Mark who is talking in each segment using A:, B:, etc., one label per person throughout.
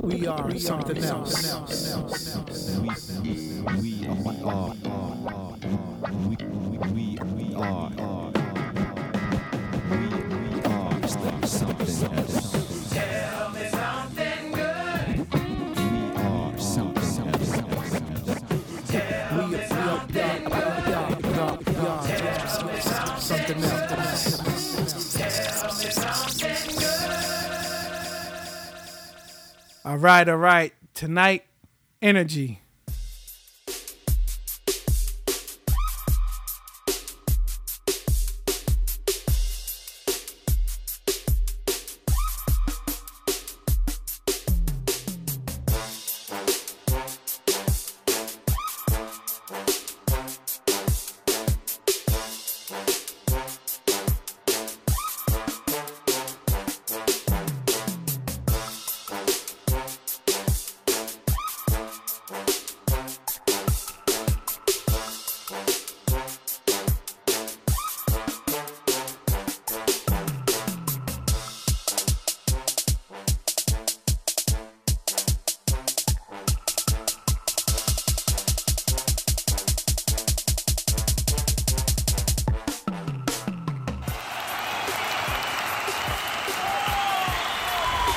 A: We are something else.
B: We are. We are. We we we are. We are something else. We are something else.
A: We are, we are, we are, we are, we are, we are something else.
C: All right, all right. Tonight, energy.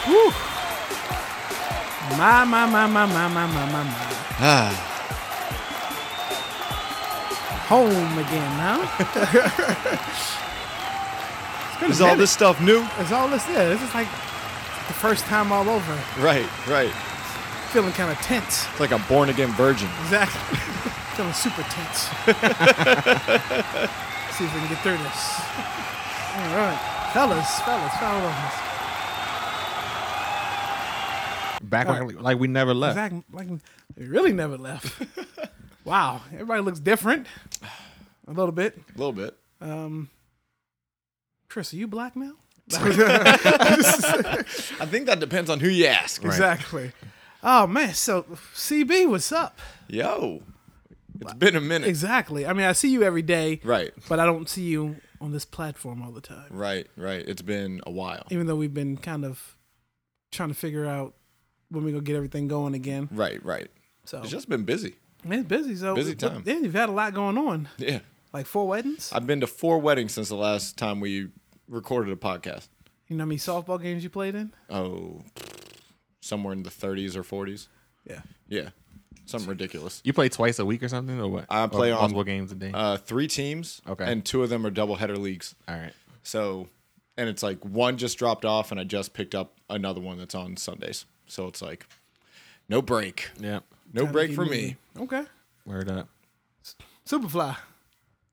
C: Woo. My, my, my, my, my, my, my, my, my.
D: Ah,
C: Home again, huh?
D: is all this stuff new?
C: It's all this is. This is like the first time all over.
D: Right, right.
C: Feeling kind of tense.
D: It's like a born again virgin.
C: Exactly. Feeling super tense. See if we can get through this. All right. Fellas, fellas, fellas.
B: Back like, like we never left.
C: Zach, like, they really never left. wow, everybody looks different a little bit.
D: A little bit.
C: Um, Chris, are you black now?
D: I think that depends on who you ask.
C: Exactly. Oh man, so CB, what's up?
D: Yo, it's been a minute.
C: Exactly. I mean, I see you every day,
D: Right,
C: but I don't see you on this platform all the time.
D: right, right. It's been a while.
C: Even though we've been kind of trying to figure out when we're gonna get everything going again.
D: Right, right.
C: So
D: It's just been busy.
C: man, it's busy. So
D: busy
C: but
D: time.
C: Yeah, you've had a lot going on,
D: Yeah.
C: like four weddings.
D: I've been to four weddings since the last time we recorded a podcast.
C: you know how many softball games you played in?
D: Oh, somewhere in the 30s or 40s.
C: Yeah.
D: Yeah. Something ridiculous.
B: You play twice a week or something, or what?
D: I play
B: Or
D: on-
B: multiple games a day.
D: Uh, three teams.
B: Okay.
D: And two of them are double header leagues.
B: All right.
D: So, and it's like one just dropped off, and I just picked up another one that's on Sundays. So it's like no break,
B: Yep.
D: no break for me.
C: Okay.
B: Word up.
C: Superfly.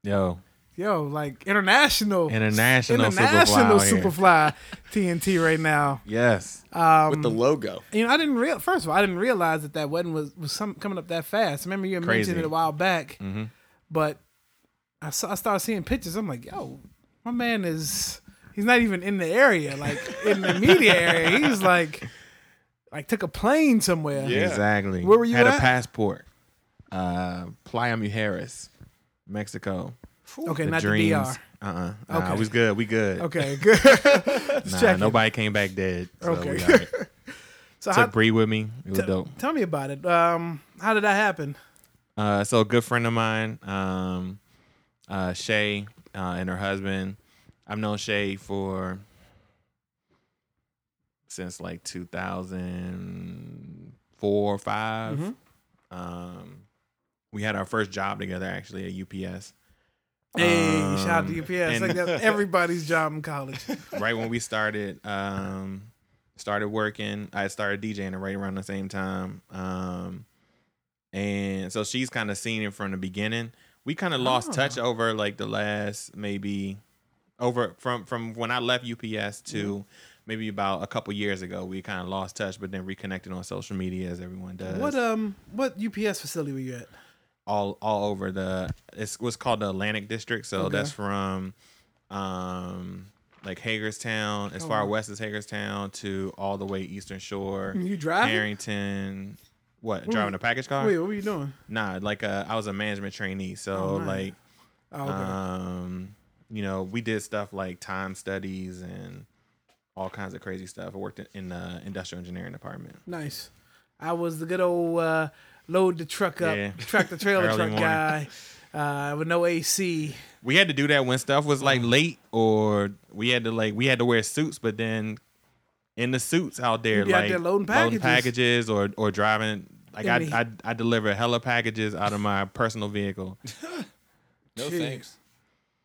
B: Yo.
C: Yo, like international.
B: International
C: international
B: Superfly
C: Superfly, TNT right now.
B: Yes.
D: With the
B: Um,
D: logo,
C: You know, I didn't real first of all, I didn't realize that that wedding was was some, coming up that fast. I remember you had mentioned
B: Crazy. Mm-hmm.
C: it a while back, but I saw, I started seeing pictures. I'm like, yo, my man is he's not even in the area, like in the media area. He's like, like took a plane somewhere.
D: Yeah.
B: Exactly.
C: Where were you
B: Had
C: at?
B: a passport. Uh, Playa Mujeres, Mexico.
C: Okay,
B: The
C: not
B: dreams.
C: the DR.
B: Uh-uh. Nah,
C: Okay.
B: we was good. We good.
C: Okay, good.
B: Nah,
C: checking.
B: nobody came back dead. So
C: Okay.
B: okay. We all right.
C: So how,
B: Took Bree with me. It was
C: t-
B: dope.
C: tell me about it. Um, how did that happen?
B: Uh, so a good friend of mine, um, uh, Shay, uh, and her husband. I've known Shay for since like 2004 or 5 Um, we had our first job together actually at UPS.
C: Hey, shout out
B: Um,
C: to UPS. Like
B: and-
C: that's everybody's job in college.
B: right when we started um started working i started djing right around the same time um and so she's kind of seen it from the beginning we kind of lost touch over like the last maybe over from from when i left ups to maybe about a couple years ago we kind of lost touch but then reconnected on social media as everyone does
C: What um what UPS facility were you at?
B: all all over the it's what's called the Atlantic District. So
C: Okay.
B: that's from um like Hagerstown, as
C: Oh,
B: far
C: wow. Mm,
B: west as Hagerstown to all the way Eastern Shore,
C: You driving?
B: Harrington. What
C: What
B: driving
C: was-
B: a package car?
C: Wait, what were you doing?
B: Nah, like uh, I was a management trainee,
C: Oh,
B: so
C: nice.
B: like uh,
C: Oh, okay.
B: um you know we did stuff like time studies and all kinds of crazy stuff. I worked in- in the industrial engineering department.
C: Nice. I was the good old uh, load the truck up,
B: Yeah.
C: track the trailer
B: Early
C: truck
B: morning.
C: guy uh, with no AC.
B: We had to do that when stuff was
C: Mm-hmm.
B: like late, or we had to like we had to wear suits, but then in the suits out there,
C: be out
B: like
C: there loading packages.
B: packages or or driving. Like
C: In the-
B: I, I I deliver hella packages out of my personal vehicle.
D: No
C: Jeez.
D: thanks.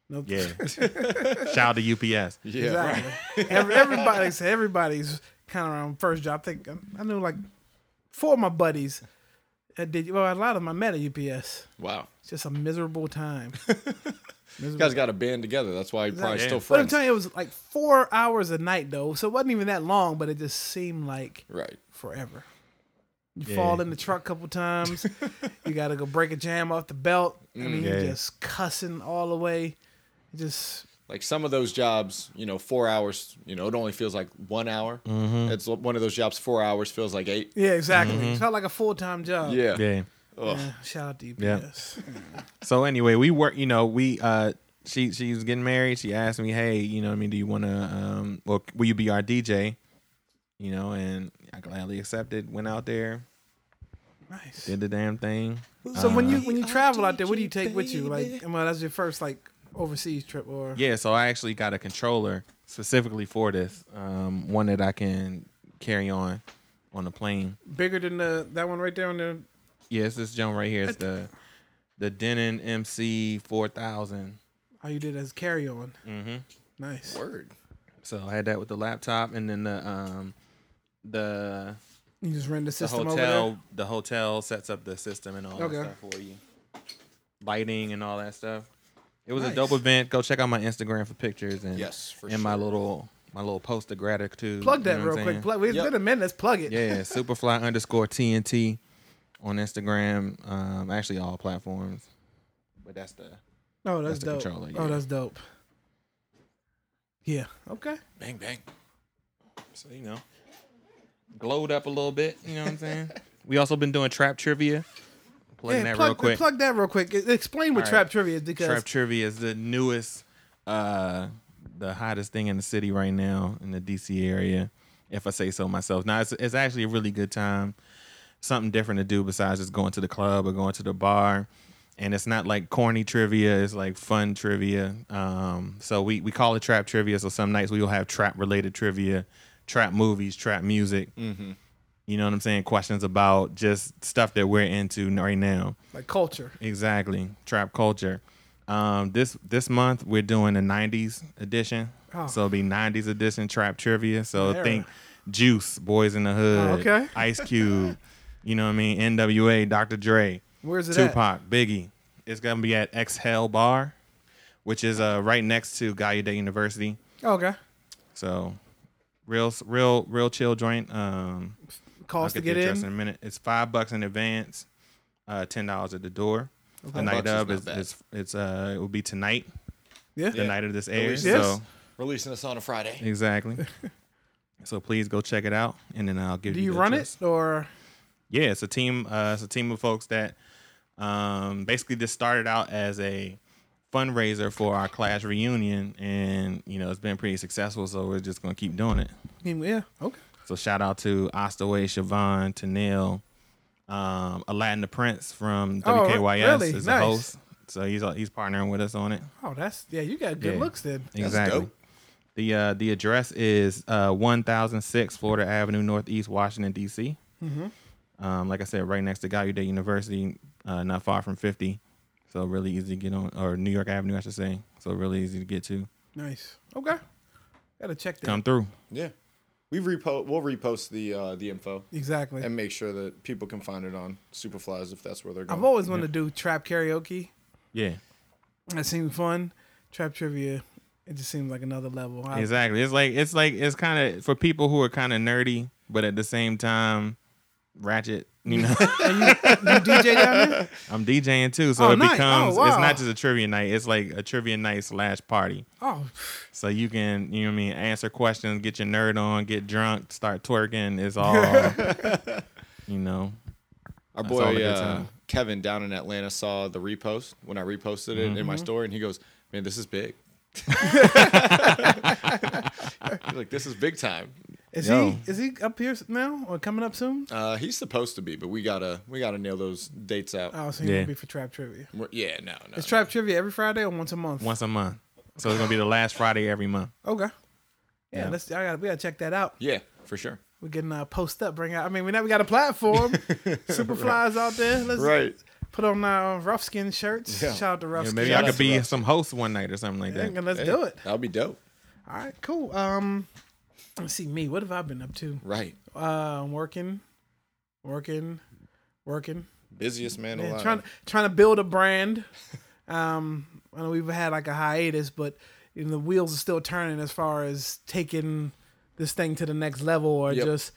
C: No,
B: Yeah. Shout out to UPS.
D: Yeah.
C: exactly. Every, everybody's everybody's kind of around first job. I think um, I knew like four of my buddies. that did well, a lot of them I met at UPS.
D: Wow.
C: It's just a miserable time.
D: You guys got a band together. That's why you're probably
B: Exactly.
C: But
D: still
C: I'm
D: friends.
C: telling you, it was like four hours a night though, so it wasn't even that long, but it just seemed like
D: right.
C: forever. You fall in the truck a couple times. you got to go break a jam off the belt. I mean, you're
B: Mm, Yeah.
C: just cussing all the way. Just
D: Like some of those jobs, you know, four hours, you know, it only feels like one hour.
B: Mm-hmm.
D: It's one of those jobs, four hours feels like eight.
C: yeah, exactly. It's not like a full time job.
D: Yeah.
B: Yeah.
D: Ugh.
C: Yeah, Shout out to UPS.
B: So anyway, we work. You know, we uh, she she was getting married. She asked me, hey, you know, what I mean, do you want to um, well, will you be our DJ? You know, and I gladly accepted. Went out there,
C: Nice.
B: did the damn thing.
C: So when you
B: Uh,
C: when you travel out there, what do you take with you? Like, well, that's your first like overseas trip or
B: Yeah, so I actually got a controller specifically for this, um, one that I can carry on on the plane.
C: bigger than the that one right there on the.
B: Yeah, it's this jump right here. It's the the Denon MC four thousand.
C: How you did as carry on. Mm-hmm. Nice.
D: Word.
B: So I had that with the laptop, and then the um the
C: You just rent the
B: the
C: system over
B: hotel the hotel sets up the system and all
C: Okay.
B: that stuff for you lighting and all that stuff it was
C: Nice.
B: a dope event go check out my instagram for pictures and
D: Yes, for
B: and my
D: sure.
B: little my little post of gratitude
C: there. Plug that
B: you know what
C: real
B: I'm
C: quick.
B: saying?
C: Plug. It's
D: Yep.
C: been a minute. Let's plug it.
B: yeah superfly underscore tnt on instagram um actually all platforms but that's the
C: Oh, that's,
B: That's the
C: dope.
B: controller,
C: Oh,
B: yeah.
C: that's dope. Yeah. Okay.
D: Bang, bang.
B: so you know glowed up a little bit you know what i'm saying we also been doing trap trivia plugging
C: Yeah,
B: that
C: plug,
B: real quick
C: plug that real quick. E, Explain what
B: All
C: trap
B: right.
C: trivia is because
B: Trap Trivia is the newest, uh, the hottest thing in the city right now in the DC area, if I say so myself. Now it's it's actually a really good time, something different to do besides just going to the club or going to the bar, and it's not like corny trivia. It's like fun trivia. Um, so we we call it Trap Trivia. So some nights we will have trap related trivia, trap movies, trap music. You know what I'm saying? Questions about just stuff that we're into right now.
C: like culture.
B: Exactly, trap culture. Um, this this month we're doing a '90s edition,
C: Oh.
B: so it'll be '90s edition trap trivia. So
C: Era.
B: think Juice, Boys in the Hood,
C: Oh, okay.
B: Ice Cube, you know what I mean? N.W.A., Dr. Dre,
C: Where's it at?
B: Tupac, Biggie. It's gonna be at Exhale Bar, which is uh right next to Gallaudet University.
C: Okay.
B: So real real real chill joint. Um, I'll
C: Cost to get
B: get the address in.
C: in.
B: a minute. It's five bucks in advance, uh, ten dollars at the door. The
D: Five
B: night
D: bucks is
B: of
D: not
B: is,
D: bad.
B: it's it's uh it will be tonight,
C: Yeah.
B: the night of this airs.
D: least-
B: So
D: Releasing us on a Friday.
B: exactly. so please go check it out, and then I'll give
C: Do
B: you.
C: you
B: the
C: run
B: address.
C: it or
B: Yeah, it's a team. Uh, it's a team of folks that um, basically just started out as a fundraiser for our class reunion, and you know it's been pretty successful. So we're just gonna keep doing it.
C: yeah? Okay.
B: So shout out to Ostaway, Siobhan, Tanil, um, Aladdin the Prince from
C: Oh, re-
B: WKYS
C: really? Nice.
B: is the host. So he's he's partnering with us on it.
C: Oh, that's yeah. You got good
B: Yeah.
C: looks then.
B: Exactly.
D: dope.
B: The uh, the address is uh, 1006 Florida Avenue Northeast, Washington D.C.
C: Mm-hmm.
B: Um, like I said, right next to Gallaudet University, uh, not far from 50. So really easy to get on, or New York Avenue, I should say. So really easy to get to.
C: Nice. Okay. Gotta check that.
B: Come through.
D: Yeah. We repo we'll repost the uh, the info
C: Exactly.
D: and make sure that people can find it on Superflies if that's where they're going.
C: I've always wanted to do trap karaoke.
B: Yeah,
C: That seemed fun. Trap trivia. It just seems like another level. I-
B: exactly. It's like it's like it's kind of for people who are kind of nerdy, but at the same time, ratchet. You know,
C: You DJ down there?
B: I'm DJing too, so
C: Oh,
B: it
C: nice. Oh,
B: becomes it's
C: wow.
B: not just a trivia night. It's like a trivia night slash party.
C: Oh,
B: So you can, you know what I mean, answer questions, get your nerd on, get drunk, start twerking. It's all, you know.
D: Our
B: That's all a
D: boy
B: good
D: uh,
B: time. Mm-hmm.
D: Kevin down in Atlanta saw the repost when I reposted it in my story, and he goes, "Man, this is big." He's like, this is big time.
C: Is
B: Yo.
C: he is he up here now or coming up soon?
D: Uh, he's supposed to be, but we gotta we gotta nail those dates out.
C: Oh, so he yeah.
B: Yeah.
C: be for trap trivia.
D: We're- yeah, no, no.
C: Is trap trivia every Friday or once a month?
B: once a month. So it's gonna be the last Friday every month.
C: Okay. Yeah,
D: Yeah.
C: let's. I gotta, we gotta check that out.
D: yeah, for sure.
C: We can uh, post up, bring out. I mean, we now we got a platform. Superflies out there. Let's put on our rough skin shirts.
D: Yeah.
C: Shout out to rough
B: Yeah,
C: skin.
B: maybe I could be some host one night or something like that.
C: And let's
D: Hey,
C: do it.
D: That'll be dope.
C: All right, cool. Um, let's see me. What have I been up to?
D: Right.
C: Uh, working, working, working.
D: Busiest man
C: Yeah,
D: alive.
C: trying trying to build a brand. Um, I know we've had like a hiatus, but you know, the wheels are still turning as far as taking this thing to the next level or
D: Yep.
C: just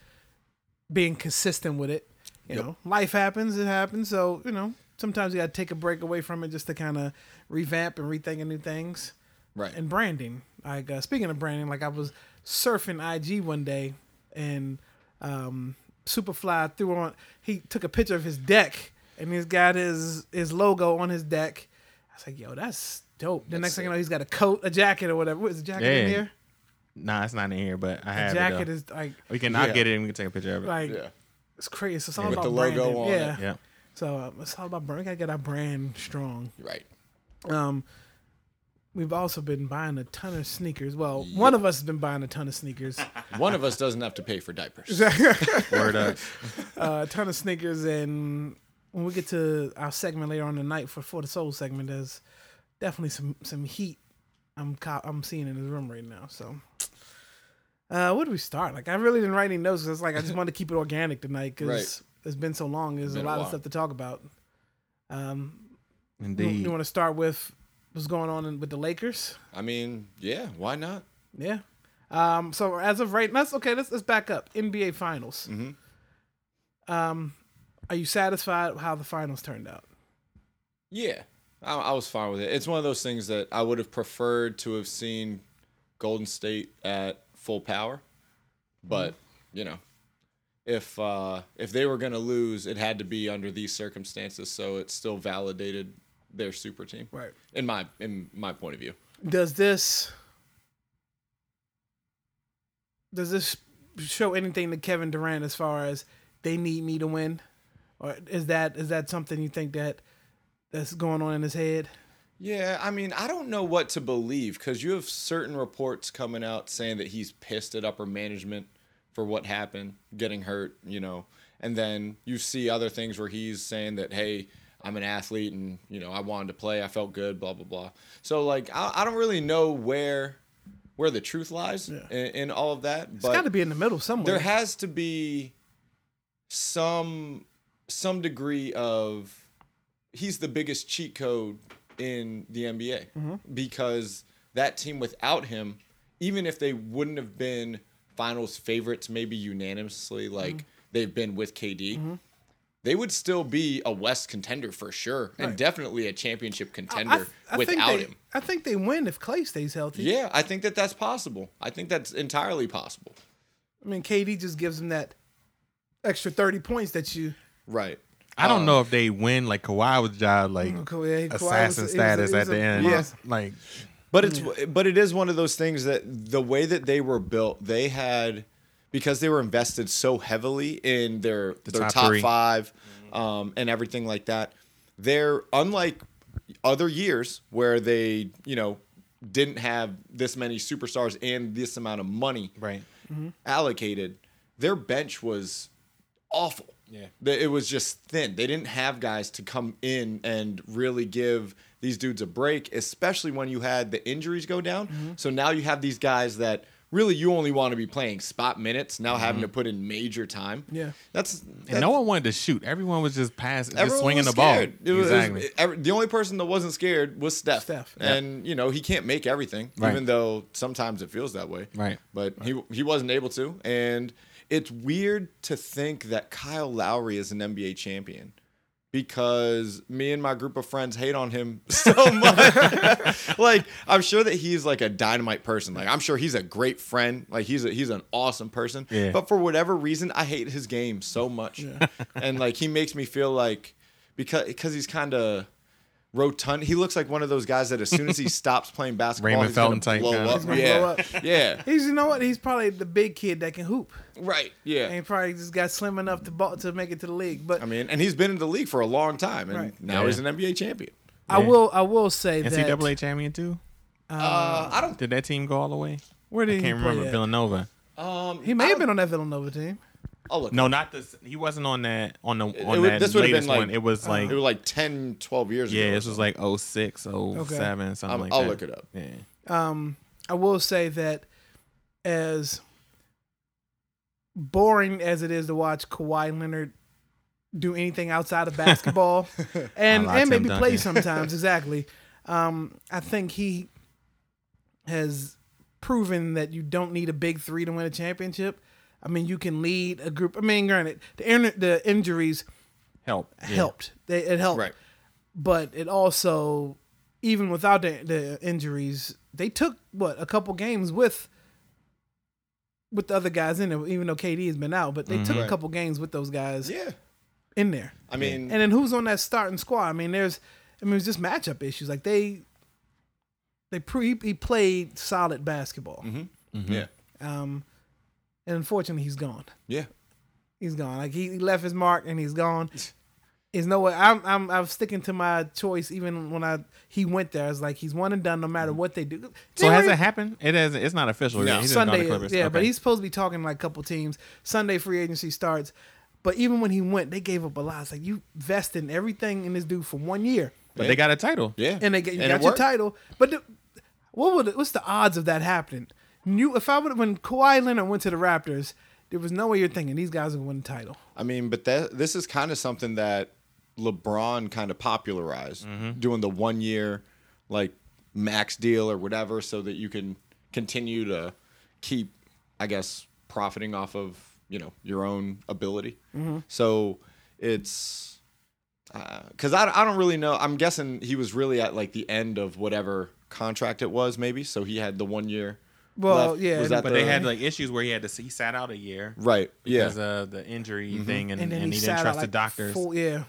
C: being consistent with it. You
D: Yep.
C: know, life happens; it happens. So you know, sometimes you got to take a break away from it just to kind of revamp and rethink new things
D: right.
C: and branding. Like uh, speaking of branding, like I was surfing IG one day and um, Superfly threw on. He took a picture of his deck and he's got his his logo on his deck. I was like, "Yo, that's dope." The next thing I know, he's got a coat, a jacket, or whatever. What is the jacket in
B: Yeah.
C: here?
B: Nah, it's not in here, but I
C: The
B: have
C: jacket
B: it. though.
C: is like
B: we can. I'll
D: Yeah.
B: get it and we can take a picture of it.
C: like
D: Yeah.
C: it's crazy. So It's all
D: With
C: about
D: the logo
C: branding.
D: on it.
C: yeah.
B: yeah.
C: So um, it's all about brand. We gotta get our brand strong.
D: Right.
C: Um, we've also been buying a ton of sneakers. Well, one of us has been buying a ton of sneakers.
D: One of us doesn't have to pay for diapers.
B: Word up.
C: uh, a ton of sneakers and when we get to our segment later on tonight for for the soul segment there's definitely some some heat i'm co- i'm seeing in this room right now so uh where do we start like i really didn't write any notes 'cause it's like i just wanted to keep it organic tonight because
D: Right.
C: it's been so long there's a
D: Been a
C: lot of
D: while.
C: stuff to talk about um you,
B: Indeed.
C: want to start with what's going on in, with the lakers
D: I mean, yeah, why not?
C: yeah um so as of right let's okay let's let's back up nba finals
D: Mhm. Mm-hmm.
C: um are you satisfied with how the finals turned out
D: Yeah, I, I was fine with it. It's one of those things that I would have preferred to have seen Golden State at full power, but you know, if uh, if they were going to lose, it had to be under these circumstances. So it still validated their super team,
C: Right.
D: In my in my point of view,
C: Does this does this show anything to Kevin Durant as far as they need me to win, or is that is that something you think that that's going on in his head?
D: Yeah, I mean, I don't know what to believe because you have certain reports coming out saying that he's pissed at upper management for what happened, getting hurt, you know. And then you see other things where he's saying that, hey, I'm an athlete and, you know, I wanted to play. I felt good, blah, blah, blah. So, like, I, I don't really know where where the truth lies
C: Yeah.
D: in, in all of that.
C: It's got to be in the middle somewhere.
D: There has to be some some degree of he's the biggest cheat code in the NBA
C: Mm-hmm.
D: because that team without him, even if they wouldn't have been finals favorites, maybe unanimously like
C: Mm-hmm.
D: they've been with KD, they would still be a West contender for sure and definitely a championship contender without
C: think they,
D: him.
C: I think they win if Clay stays healthy.
D: Yeah, I think that that's possible. I think that's entirely possible.
C: I mean, KD just gives them that extra thirty points that you.
D: Right.
B: I don't know if they win like Kawhi was job like
C: Um, Mm, Kawhi- Kawhi was-
B: assassin
C: he was a-
B: status
C: he was
B: at the
C: a
B: end.
C: monster.
B: Like
D: But it's but it is one of those things that the way that they were built, they had because they were invested so heavily in their their
B: top
D: top,
B: three.
D: five um, and everything like that. They're unlike other years where they you know didn't have this many superstars and this amount of money
B: right.
D: allocated. Their bench was awful.
B: Yeah.
D: The- It was just thin. They didn't have guys to come in and really give these dudes a break, especially when you had the injuries go down. So now you have these guys that really you only want to be playing spot minutes, now having to put in major time.
C: Yeah.
D: That's,
B: And no one wanted to shoot. Everyone was just passing, just
D: everyone
B: swinging
D: was
B: the ball.
D: scared. It was- it was-
B: exactly.
D: every- the only person that wasn't scared was Steph.
C: Steph. Yeah.
D: And, you know, he can't make everything,
B: Right.
D: even though sometimes it feels that way.
B: Right.
D: But he he wasn't able to. And it's weird to think that Kyle Lowry is an NBA champion because me and my group of friends hate on him so much. like I'm sure that he's like a dynamite person. Like I'm sure he's a great friend. Like he's a, he's an awesome person.
B: Yeah.
D: But for whatever reason, I hate his game so much. And like he makes me feel like because because he's kind of rotund. He looks like one of those guys that as soon as he stops playing basketball,
B: Raymond
D: he's gonna
B: Felton type
D: blow
B: guy.
D: up.
B: He's
C: gonna
D: yeah.
C: blow up.
D: yeah,
C: He's you know what? He's probably the big kid that can hoop.
D: right, yeah.
C: And he probably just got slim enough to ball, to make it to the league. But
D: I mean, and he's been in the league for a long time, and
C: Right.
D: now
B: Yeah.
D: he's an NBA champion.
C: I
B: Yeah.
C: will I will say
B: NCAA
C: that
B: champion too.
D: Uh, I don't.
B: Did that team go all the way?
C: where did
B: I can't
C: he play
B: remember.
C: at?
B: Villanova.
D: Um,
C: He may have been on that Villanova team.
D: i look.
B: No, not this. He wasn't on that. On the on
D: would-
B: that
D: this would've been
B: latest
D: like- uh,
B: one. It was like
D: it was like 10, 12 years ago.
B: yeah,
D: or
B: this was like 06, 07, something
D: Um,
B: like
D: I'll
B: that.
D: look it up.
B: Yeah.
C: Um, I will say that as boring as it is to watch Kawhi Leonard do anything outside of basketball and
B: I like
C: and
B: Tim
C: maybe play
B: Duncan.
C: sometimes exactly. Um, I think he has proven that you don't need a big three to win a championship. I mean, you can lead a group. I mean, granted, the in- the injuries
B: Help. Yeah.
C: helped. They, it helped
D: Right.
C: but it also even without the, the injuries they took what a couple games with with the other guys in there even though KD has been out but they took a
D: Right.
C: couple games with those guys
D: Yeah.
C: in there
D: I mean,
C: and then who's on that starting squad I mean there's I mean it's just matchup issues like they they pre he played solid basketball
B: Mm-hmm.
D: yeah,
C: um and unfortunately he's gone
D: yeah.
C: he's gone. Like he, he left his mark and he's gone. There's no way. I'm I'm I'm sticking to my choice. Even when I he went there, I was like he's one and done. No matter what they do.
B: Mm. So has
C: January-
B: it happened? It hasn't. It's not official.
D: No.
B: yet. He's just gone to
C: Sunday?
B: Clippers.
C: Yeah, but
B: Okay.
C: he's supposed to be talking to like a couple teams. Sunday free agency starts. But even when he went, they gave up a lot. It's like you vested in everything in this dude for one year,
B: But they got a title.
D: Yeah.
C: and they get you
D: And it
C: got your
D: worked.
C: title. But the, what would what's the odds of that happening? You if I would when Kawhi Leonard went to the Raptors, there was no way you're thinking these guys would win the title.
D: I mean, but that this is kind of something that LeBron kind of popularized,
B: Mm-hmm.
D: doing the one year like max deal or whatever, so that you can continue to keep, I guess, profiting off of you know your own ability.
C: Mm-hmm.
D: So it's because I, I don't really know. I'm guessing he was really at like the end of whatever contract it was, maybe. So he had the one year.
C: Well,
D: left.
C: yeah,
D: Was that
B: But they
D: the-
B: had like issues where he had to he sat out a year.
D: right. Yeah, Mm-hmm.
B: Because of the injury thing, and,
C: and
B: and,
C: then
B: he,
C: he, sat
B: didn't
C: out
B: trust
C: like
B: the doctors.
C: Full, yeah,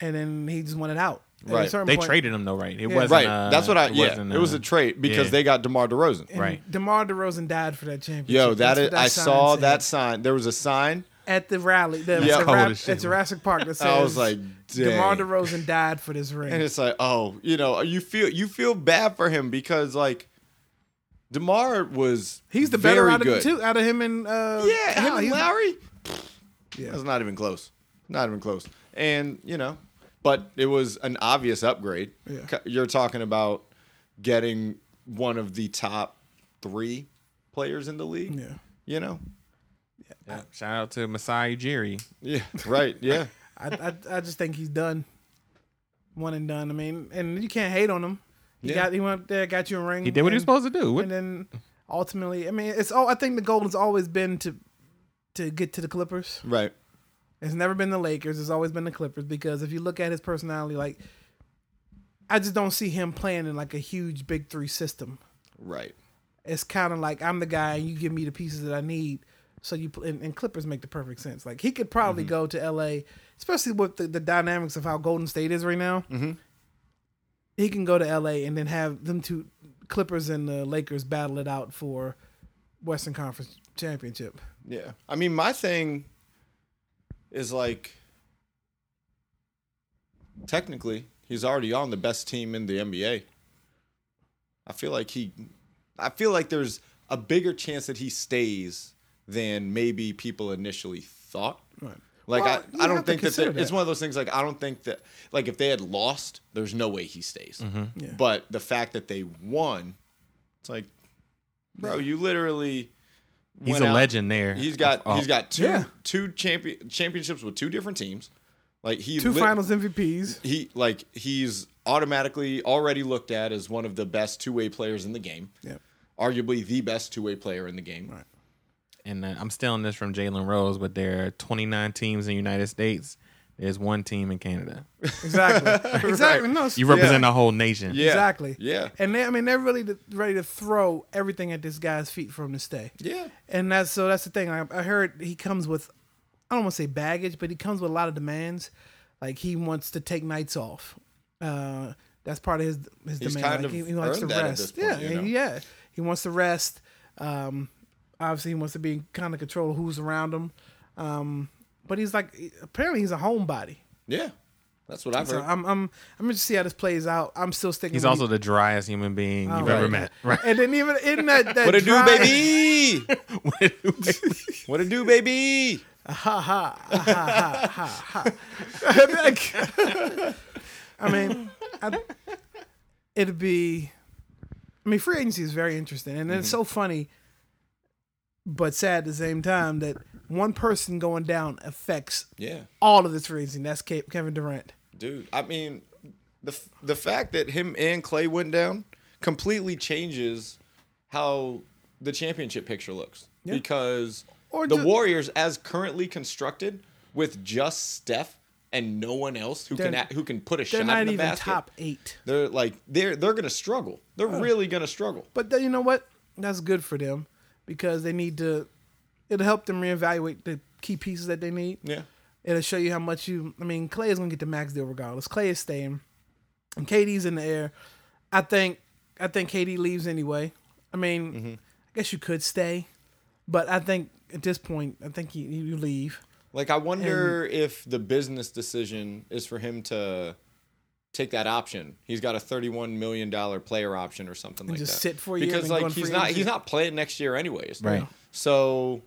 C: and then he just wanted out. At a
D: Right.
C: certain
B: they
C: point-
B: traded him though, right? It
C: Yeah.
B: wasn't
D: right.
B: uh,
D: That's what I. Yeah,
B: wasn't,
D: it was
B: uh,
D: a trait because
B: yeah.
D: they got Demar Derozan.
C: And
B: Right.
C: DeMar DeRozan died for that championship.
D: Yo, that
C: That's
D: is.
C: what
D: I
C: sign
D: saw
C: said.
D: that sign. There was a sign.
C: at the rally. The,
D: Yeah.
C: the
D: Cold
C: rap,
B: as shit,
C: at Jurassic Park. That says,
D: I was like, Dang.
C: DeMar DeRozan died for this ring.
D: and it's like, oh, you know, you feel you feel bad for him because like, Demar was
C: He's the
D: very
C: better out of the
D: good.
C: two, out of him and uh,
D: Yeah, him
C: Kyle.
D: and
C: He's-
D: Lowry.
C: Yeah.
D: That's not even close. Not even close. And you know, but it was an obvious upgrade.
C: Yeah.
D: C- You're talking about getting one of the top three players in the league.
C: Yeah.
D: You know.
B: Yeah. Shout out to Masai Ujiri.
D: Yeah. Right. Yeah.
C: I, I I just think he's done, one and done. I mean, and you can't hate on him. He
D: Yeah.
C: got he went up there, got you a ring.
B: He did what he was
C: and-
B: supposed to do. What-
C: and then ultimately, I mean, it's all. I think the goal has always been to to get to the Clippers.
D: Right.
C: It's never been the Lakers. It's always been the Clippers because if you look at his personality, like I just don't see him playing in like a huge big three system.
D: Right.
C: It's kind of like I'm the guy, and you give me the pieces that I need. So you pl- and, and Clippers make the perfect sense. Like he could probably
D: Mm-hmm.
C: go to L.A., especially with the, the dynamics of how Golden State is right now.
D: Mm-hmm.
C: He can go to L.A. and then have them two Clippers and the Lakers battle it out for Western Conference championship.
D: Yeah. I mean, my thing is like technically, he's already on the best team in the NBA. I feel like he I feel like there's a bigger chance that he stays than maybe people initially thought.
C: Right.
D: Like
C: Well, you
D: I, I
C: have
D: don't
C: to
D: think that,
C: consider
D: that it's
C: that.
D: one of those things like I don't think that like if they had lost, there's no way he stays.
C: Yeah.
D: But the fact that they won, it's like bro, you literally
B: He's
D: went
B: a
D: out-
B: legend there.
D: He's got
B: Oh,
D: he's got two
C: Yeah.
D: two champion championships with two different teams. Like he
C: Two
D: lit-
C: Finals MVPs.
D: He like he's automatically already looked at as one of the best two way players in the game.
C: Yep.
D: Arguably the best two way player in the game.
C: Right.
B: and uh, I'm stealing this from Jalen Rose, but there are 29 teams in the United States. There's one team in Canada.
C: Exactly. exactly. No, it's-
B: You represent the whole nation.
D: Yeah.
C: Exactly.
D: Yeah.
C: And they, I mean, they're really th- ready to throw everything at this guy's feet for him to stay.
D: Yeah.
C: And that's so that's the thing. I, I heard he comes with, I don't want to say baggage, but he comes with a lot of demands. Like he wants to take nights off. Uh, that's part of his his
D: He's
C: demand.
D: kind
C: like,
D: of
C: he, he likes to
D: earned that at
C: rest.
D: this point,
C: yeah,
D: you know?
C: yeah. He wants to rest. Um, obviously, he wants to be in kind of control of who's around him. Um, but he's like, apparently, he's a homebody.
D: Yeah, that's what I've
C: So
D: heard.
C: I'm I'm I'm just see how this plays out. I'm still sticking.
B: He's
C: with
B: also the driest human being you've
C: Oh, right.
B: ever met. Right.
C: and then even in that, that
D: what it do,
C: dry-
D: baby? what it do, baby?
C: Like, I mean, I, it'd be. I mean, free agency is very interesting, and
D: Mm-hmm.
C: it's so funny, but sad at the same time that one person going down affects
D: Yeah,
C: all of this free agency. and That's Ke- Kevin Durant.
D: dude. I mean, the f- the fact that him and Clay went down completely changes how the championship picture looks because
C: Or
D: the
C: ju-
D: Warriors, as currently constructed, with just Steph and no one else who can
C: They're-
D: act, who can put a shot
C: They're
D: in
C: not
D: the
C: even
D: basket,
C: top eight.
D: they're like they're they're gonna struggle. They're really gonna struggle.
C: But then, you know what? That's good for them because they need to. It'll help them reevaluate the key pieces that they need.
D: Yeah,
C: It'll show you how much you. I mean, Clay is gonna get the max deal regardless. Clay is staying, and KD's in the air. I think. I think KD leaves anyway. I mean,
D: Mm-hmm.
C: I guess you could stay, but I think at this point, I think you, you leave.
D: like I wonder if the business decision is for him to take that option. He's got a thirty-one million dollar player option or something like
C: just
D: that.
C: sit for a year
D: because
C: and go
D: like
C: on
D: he's
C: free
D: not
C: agency.
D: he's not playing next year anyways.
B: Right.
D: So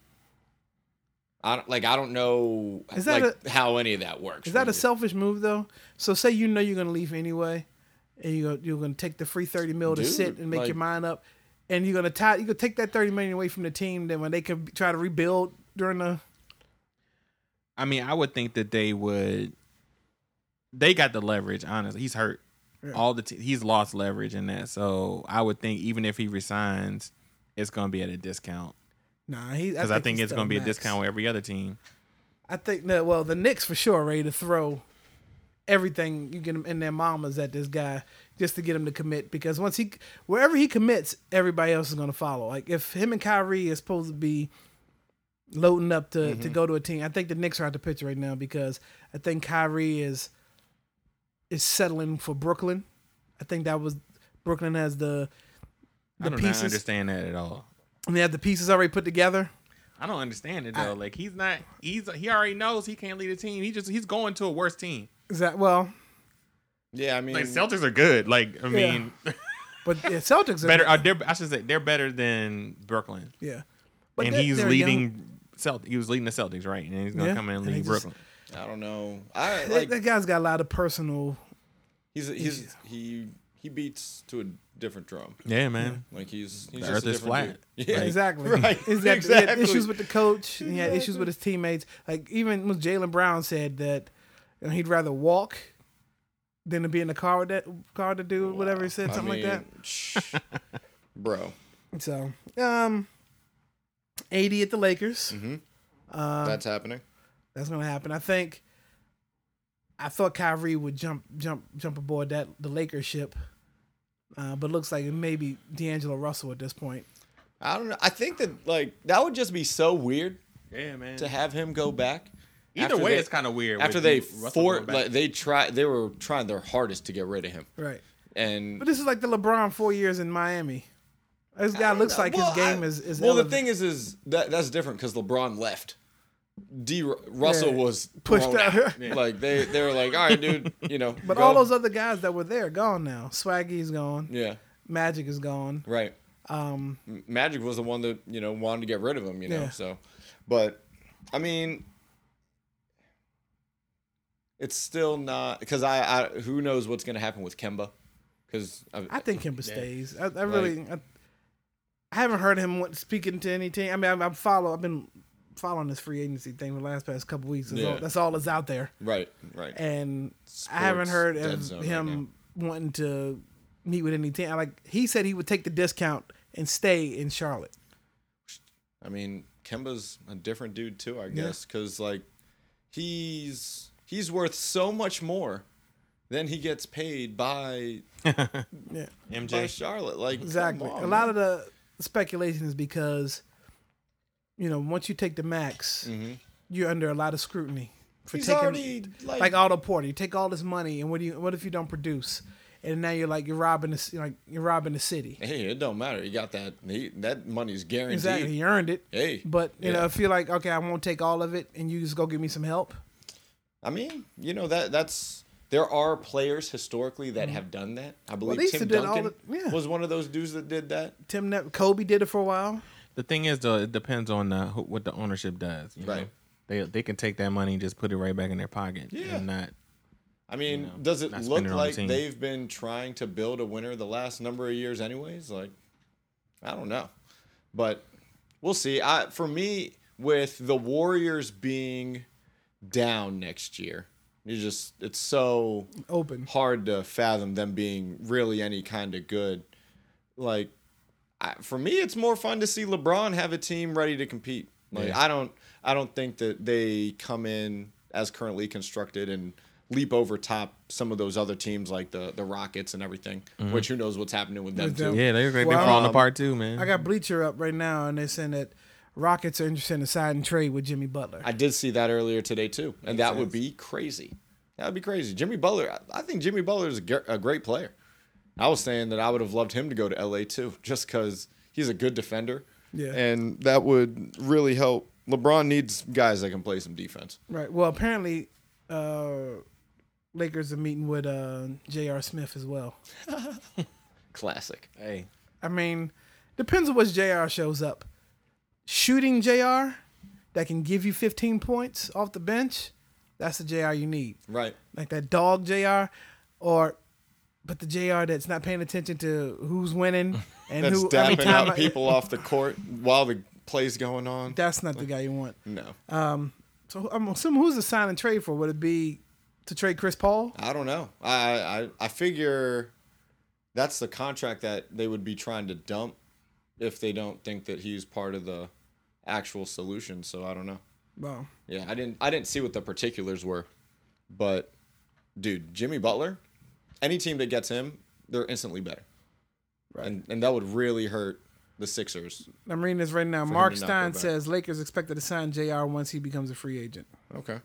D: I don't like I don't know
C: Is that
D: like how any of that works.
C: Is that a
D: really.
C: selfish move though? So say you know you're gonna leave anyway, and you go, you're gonna take the free thirty mil to
D: Dude,
C: sit and make
D: like-
C: your mind up, and you're gonna tie you gonna take that thirty million away from the team. Then when they can try to rebuild during the
B: I mean, I would think that they would. They got the leverage. Honestly, he's hurt. All the te- he's lost leverage in that. So I would think even if he resigns, it's going to be at a discount
C: nah, he
B: because I think,
C: he's
B: it's
C: still
B: going to be a
C: max.
B: discount with every other team.
C: I think that well the Knicks for sure are ready to throw everything you get them in their mamas at this guy just to get him to commit because once he wherever he commits everybody else is going to follow like if him and Kyrie is supposed to be loading up to,
B: Mm-hmm.
C: to go to a team I think the Knicks are out the picture right now because I think Kyrie is is settling for Brooklyn I think that was Brooklyn has the
B: I
C: the
B: don't
C: pieces
B: understand that at all.
C: and they have the pieces already put together
B: I don't understand it though. like he's not. He's he already knows he can't lead a team. He just he's going to a worse team.
C: is that well
D: Yeah, I mean
B: Like Celtics are good. Like I
C: Yeah.
B: mean,
C: but the Celtics are
B: better. Uh, they're, I should say they're better than Brooklyn.
C: yeah but
B: and
C: they're-
B: he's
C: they're
B: leading.
C: young.
B: Celt- he was leading the Celtics, right? And he's gonna
C: Yeah.
B: come in and
C: And he
B: lead
C: just-
B: Brooklyn.
D: I don't know. I
C: That-
D: like
C: that guy's got a lot of personal.
D: he's he's he he beats to a different drum.
B: Yeah, man.
D: Like he's
B: The
D: he's just
B: earth
D: a
B: is
D: different
B: flat.
D: dude. Yeah,
B: Like-
C: Exactly.
D: Right.
C: He's got- He had
D: Exactly.
C: issues with the coach. And he had issues with his teammates. Like even when Jalen Brown said that you know, he'd rather walk than to be in the car with that car to do whatever he said,
D: Oh, I
C: something like
D: mean, shh, bro.
C: that. So, um, eighty at the Lakers.
D: Mm-hmm. That's happening.
C: That's gonna happen. I think. I thought Kyrie would jump, jump, jump aboard that the Lakers ship, uh, but looks like it may be D'Angelo Russell at this point.
D: I don't know. I think that like that would just be so weird
B: Yeah, man.
D: to have him go back.
B: Either
D: After
B: way,
D: they-
B: it's kind of weird.
D: after
B: with
D: they
B: Russell
D: for
B: going back.
D: like they try they were trying their hardest to get rid of him
C: Right.
D: and.
C: But this is like the LeBron four years in Miami. This guy looks like
D: Well,
C: his game
D: I-
C: is is.
D: well.
C: eleva-
D: The thing is, is that that's different because LeBron left. D Russell
C: Yeah.
D: was
C: Pushed
D: pushed out.
C: out.
D: Like they they were like, all right, dude, you know.
C: But
D: go."
C: all those other guys that were there gone now. Swaggy's gone.
D: yeah,
C: Magic is gone.
D: right.
C: Um,
D: M- Magic was the one that you know wanted to get rid of him. You know,
C: Yeah.
D: so, but I mean, it's still not because I, I who knows what's gonna happen with Kemba because
C: I think Kemba stays. I, I really, I, I haven't heard him want- speaking to any team. I mean, I'm, I'm follow. I've been following this free agency thing for the last past couple weeks. That's, all,
D: Yeah.
C: that's all that's out there,
D: right right
C: and I
D: Sports
C: haven't heard
D: dead
C: of
D: zone right
C: him wanting to meet with any team. I Like he said, he would take the discount and stay in Charlotte.
D: I mean, Kemba's a different dude too, I guess, because like he's he's worth so much more than he gets paid by,
C: Yeah.
D: by
B: MJ.
D: Charlotte. Like
C: Exactly. a lot of the speculation is because, you know, once you take the max, you're under a lot of scrutiny for
D: Mm-hmm. He's
C: taking
D: already, like-
C: like Otto Porter. You take all this money, and what do you? What if you don't produce? And now you're like you're robbing the c- like you're robbing the city.
D: Hey, it don't matter. You got that. He, that money's guaranteed.
C: Exactly, he earned it.
D: Hey,
C: But you know,
D: yeah.
C: if you're like, okay, I won't take all of it, and you just go give me some help.
D: I mean, you know that that's there are players historically
B: Mm-hmm.
D: that have done that. I believe
C: they used to
D: Tim
C: do it all
D: Duncan
C: the- yeah.
D: was one of those dudes that did that.
C: Tim, ne- Kobe did it for a while.
B: The thing is, though, it depends on uh, who, what the ownership does. you know?
D: Right.
B: They they can take that money and just put it right back in their pocket.
D: Yeah.
B: And not.
D: I mean,
B: know,
D: does it
B: not
D: look
B: spend it on the
D: like
B: team.
D: they've been trying to build a winner the last number of years, anyways? Like, I don't know, but we'll see. I for me with the Warriors being down next year, you just it's so
C: Open.
D: hard to fathom them being really any kind of good. Like, I, for me, it's more fun to see LeBron have a team ready to compete. Like,
B: Yeah.
D: I don't, I don't think that they come in as currently constructed and leap over top some of those other teams like the the Rockets and everything. Which who knows what's happening with them
C: With
D: too.
C: them.
B: Yeah, they look like they're
C: Well,
B: falling
D: um,
B: apart too, man.
C: I got Bleacher up right now, and they're saying that Rockets are interested in a sign and trade with Jimmy Butler.
D: I did see that earlier today too, and that would be crazy. That would be crazy. Jimmy Butler, I- I think Jimmy Butler is a gr- a great player. I was saying that I would have loved him to go to LA too, just because he's a good defender.
C: Yeah.
D: and that would really help. LeBron needs guys that can play some defense.
C: Right. Well, apparently, uh, Lakers are meeting with uh, J.R. Smith as well.
D: Classic.
B: hey,
C: I mean, depends on what J.R. shows up. Shooting J.R. that can give you 15 points off the bench, that's the J.R. you need.
D: Right.
C: Like that dog J.R. or but the JR that's not paying attention to who's winning and
D: That's
C: who every
D: dapping
C: time
D: up
C: I-
D: people off the court while the play's going on.
C: that's not the guy you want.
D: no,
C: So I'm assuming who's the sign and trade for? Would it be to trade Chris Paul?
D: I don't know. I, I I figure that's the contract that they would be trying to dump if they don't think that he's part of the actual solution. So I don't know.
C: Well,
D: Yeah, I didn't I didn't see what the particulars were, but dude, Jimmy Butler, any team that gets him, they're instantly better. Right. And and that would really hurt the Sixers.
C: I'm reading this right now.
D: to
C: Mark
D: not go
C: Stein
D: back.
C: says Lakers expected to sign JR once he becomes a free agent.
D: Okay.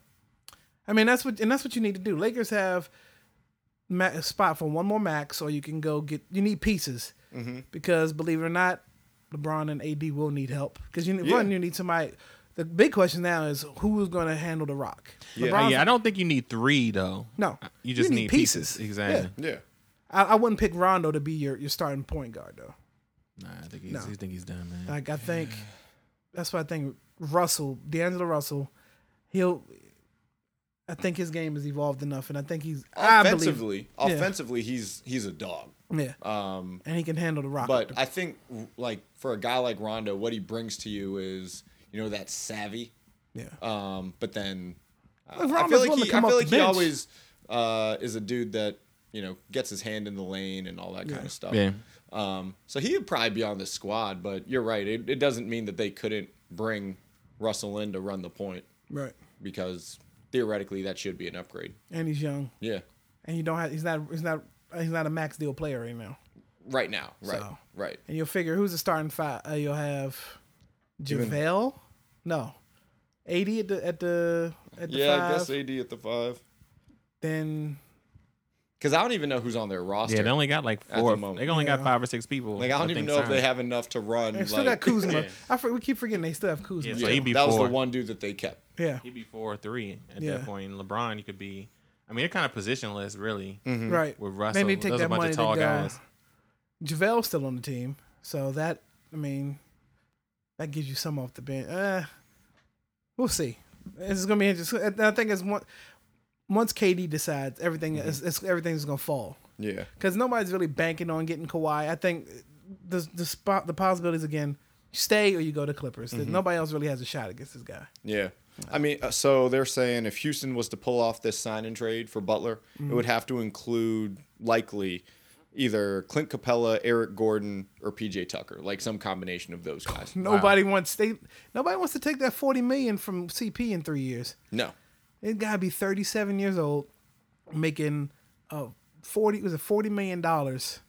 C: I mean, that's what and that's what you need to do. Lakers have ma- a spot for one more max, or you can go get. You need pieces
B: Mm-hmm.
C: because believe it or not, LeBron and AD will need help because you need
D: Yeah.
C: one. You need somebody. The big question now is who's going to handle the rock.
D: Yeah.
C: LeBron's-
B: Uh, yeah, I don't think you need three though. Uh,
C: No.
B: you just
C: You need
B: need, pieces.
C: pieces.
B: Exactly.
D: Yeah.
C: I, I wouldn't pick Rondo to be your, your starting point guard though.
B: Nah, I think he's, I think he's done, man.
C: Like I think that's why I think Russell, D'Angelo Russell, he'll. I think his game has evolved enough, and I think he's I believe-
D: Offensively,
C: yeah.
D: offensively he's he's a dog.
C: yeah,
D: Um
C: and he can handle the rock.
D: But I think like for a guy like Rondo, what he brings to you is you know that savvy.
C: yeah,
D: Um, but then uh,
C: Look,
D: I
C: Rondo's
D: feel like
C: willing to
D: he, I
C: come
D: feel
C: off
D: like
C: the
D: he
C: bench.
D: always uh, is a dude that you know gets his hand in the lane and all that kind of stuff.
B: Yeah.
D: Um, so he would probably be on the squad, but you're right. It, it doesn't mean that they couldn't bring Russell in to run the point
C: right.
D: because theoretically that should be an upgrade.
C: And he's young,
D: Yeah.
C: and you don't have. He's not. He's not. He's not a max deal player right now.
D: Right now. Right.
C: So-
D: Right.
C: And you'll figure who's the starting five. Uh, you'll have Javale. No, eighty at the at the at the
D: Yeah,
C: five.
D: I guess AD at the five.
C: Then
D: Because I don't even know who's on their roster.
B: Yeah, they only got like
D: At
B: four.
D: the moment.
B: They only
C: Yeah.
B: got five or six people.
D: Like I don't even
B: think,
D: know if they
B: signed.
D: have enough to run.
C: they still
D: like-
C: got Kuzma.
B: Yeah.
C: I for, we keep forgetting they still have Kuzma.
B: Yeah,
C: Yeah,
B: so he'd be
D: that was
B: four.
D: the one dude that they kept.
B: He'd be four or three at
C: Yeah.
B: that point. And LeBron, you could be. I mean, they're kind of positionless, really.
D: Mm-hmm.
C: right.
B: With Russell,
C: need to
B: those are a bunch of tall
C: go-
B: guys.
C: Javale's still on the team, so that I mean, that gives you some off the bench. Uh, we'll see. This is gonna be interesting. And I think it's one once KD decides everything is it's, everything's gonna fall
D: Yeah.
C: because nobody's really banking on getting Kawhi. I think the the spot the possibilities again. Stay or you go to Clippers. Nobody else really has a shot against this guy.
D: Yeah. I mean, uh, so they're saying if Houston was to pull off this sign and trade for Butler,
B: Mm.
D: it would have to include likely either Clint Capella, Eric Gordon, or PJ Tucker, like some combination of those guys.
C: Nobody wants they nobody wants to take that forty million from CP in three years.
D: No.
C: It gotta be 37 years old, making uh 40 was it 40 million dollars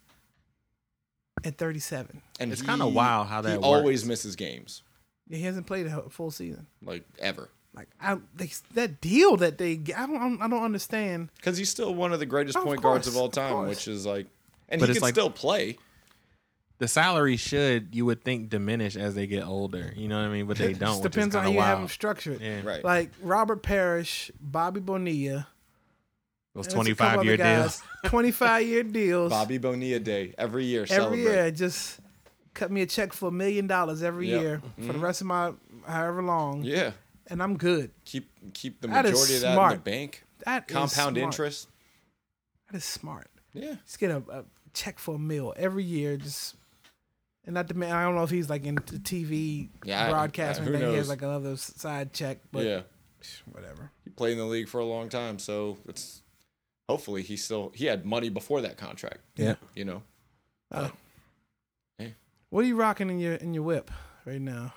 C: at 37.
D: And
B: It's
D: he-
B: kinda wild how that
D: he always misses games,
C: He hasn't played a full season.
D: like ever.
C: Like I, they, that deal that they, I don't, I don't understand.
D: because he's still one of the greatest
C: Oh, of
D: point guards of
C: course,
D: all
C: of
D: time,
C: course.
D: which is like, and
B: But
D: he
B: it's
D: can
B: like-
D: still play.
B: the salary should you would think diminish as they get older. You know what I mean? But they don't.
C: Just
B: which is
C: depends on how
B: kinda
C: you have them
B: wild.
C: structured.
B: Yeah.
D: Right.
C: Like Robert Parrish, Bobby Bonilla, and
B: Those
C: there's a
B: twenty
C: couple
B: five
C: other
B: year
C: guys,
B: deals.
C: 25 year deals.
D: Bobby Bonilla Day every year.
C: every
D: celebrate.
C: year. Just cut me a check for a million dollars every
D: Yep.
C: year
B: Mm-hmm.
C: for the rest of my however long,
D: Yeah.
C: and I'm good.
D: Keep keep the
C: That is
D: majority of that in
C: smart.
D: the bank.
C: That is
D: Compound
C: smart.
D: interest.
C: That is smart.
D: Yeah.
C: Just get a, a check for a meal every year. Just and not to man. I don't know if he's like in t- TV
D: Yeah, I-
C: broadcast
D: I-
C: or
D: who
C: anything. He has
D: knows?
C: like another s- side check, but
D: yeah.
C: whatever.
D: He played in the league for a long time, so it's hopefully he still he had money before that contract.
B: Yeah.
D: You know.
C: Uh,
D: Hey.
C: What are you rocking in your in your whip right now?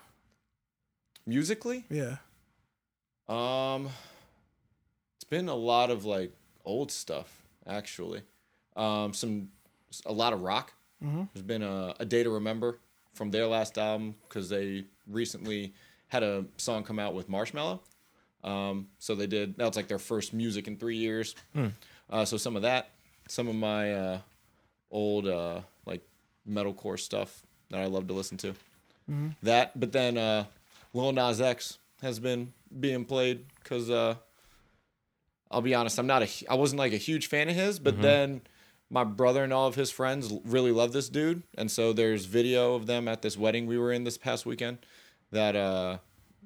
D: Musically,
C: Yeah.
D: Um, it's been a lot of like old stuff actually. Um, some a lot of rock. There's been a, a day to remember from their last album because they recently had a song come out with Marshmallow. Um, so they did that was like their first music in three years. Uh, so some of that, some of my uh, old uh, like metalcore stuff that I love to listen to that. But then uh, Lil Nas X has been being played because uh, I'll be honest, I'm not a hu- I wasn't like a huge fan of his, but then my brother and all of his friends l- really love this dude, and so there's video of them at this wedding we were in this past weekend that uh,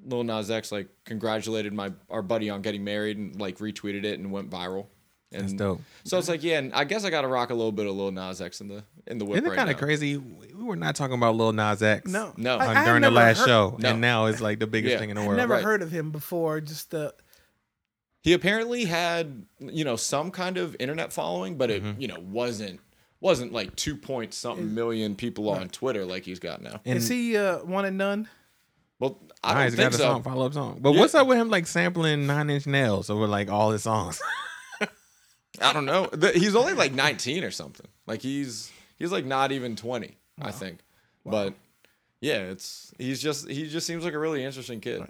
D: Lil Nas X like congratulated my our buddy on getting married and like retweeted it and went viral. And
B: That's dope.
D: So it's like, yeah, and I guess I gotta rock a little bit of Lil Nas X in the in the whip.
B: Isn't it
D: right
B: kind of
D: now.
B: crazy? We were not talking about Lil Nas X.
C: No.
D: No.
C: I-
B: on-
C: I had
B: during the
C: never
B: last
C: heard-
B: show,
D: No.
B: and now it's like the biggest
D: Yeah.
B: thing in the
C: I've
B: world.
C: never
D: Right.
C: heard of him before. Just the
D: he apparently had you know some kind of internet following but it
B: Mm-hmm.
D: you know wasn't wasn't like two point something million people on twitter like he's got now
B: And
C: is he uh, one and none?
D: well
B: now
D: i don't
B: he's got
D: think
B: a
D: so
B: song follow up song. But
D: Yeah.
B: what's up with him like sampling Nine Inch Nails over like all his songs?
D: i don't know The- he's only like 19 or something like he's he's like not even 20 i think but yeah it's he's just he just seems like a really interesting kid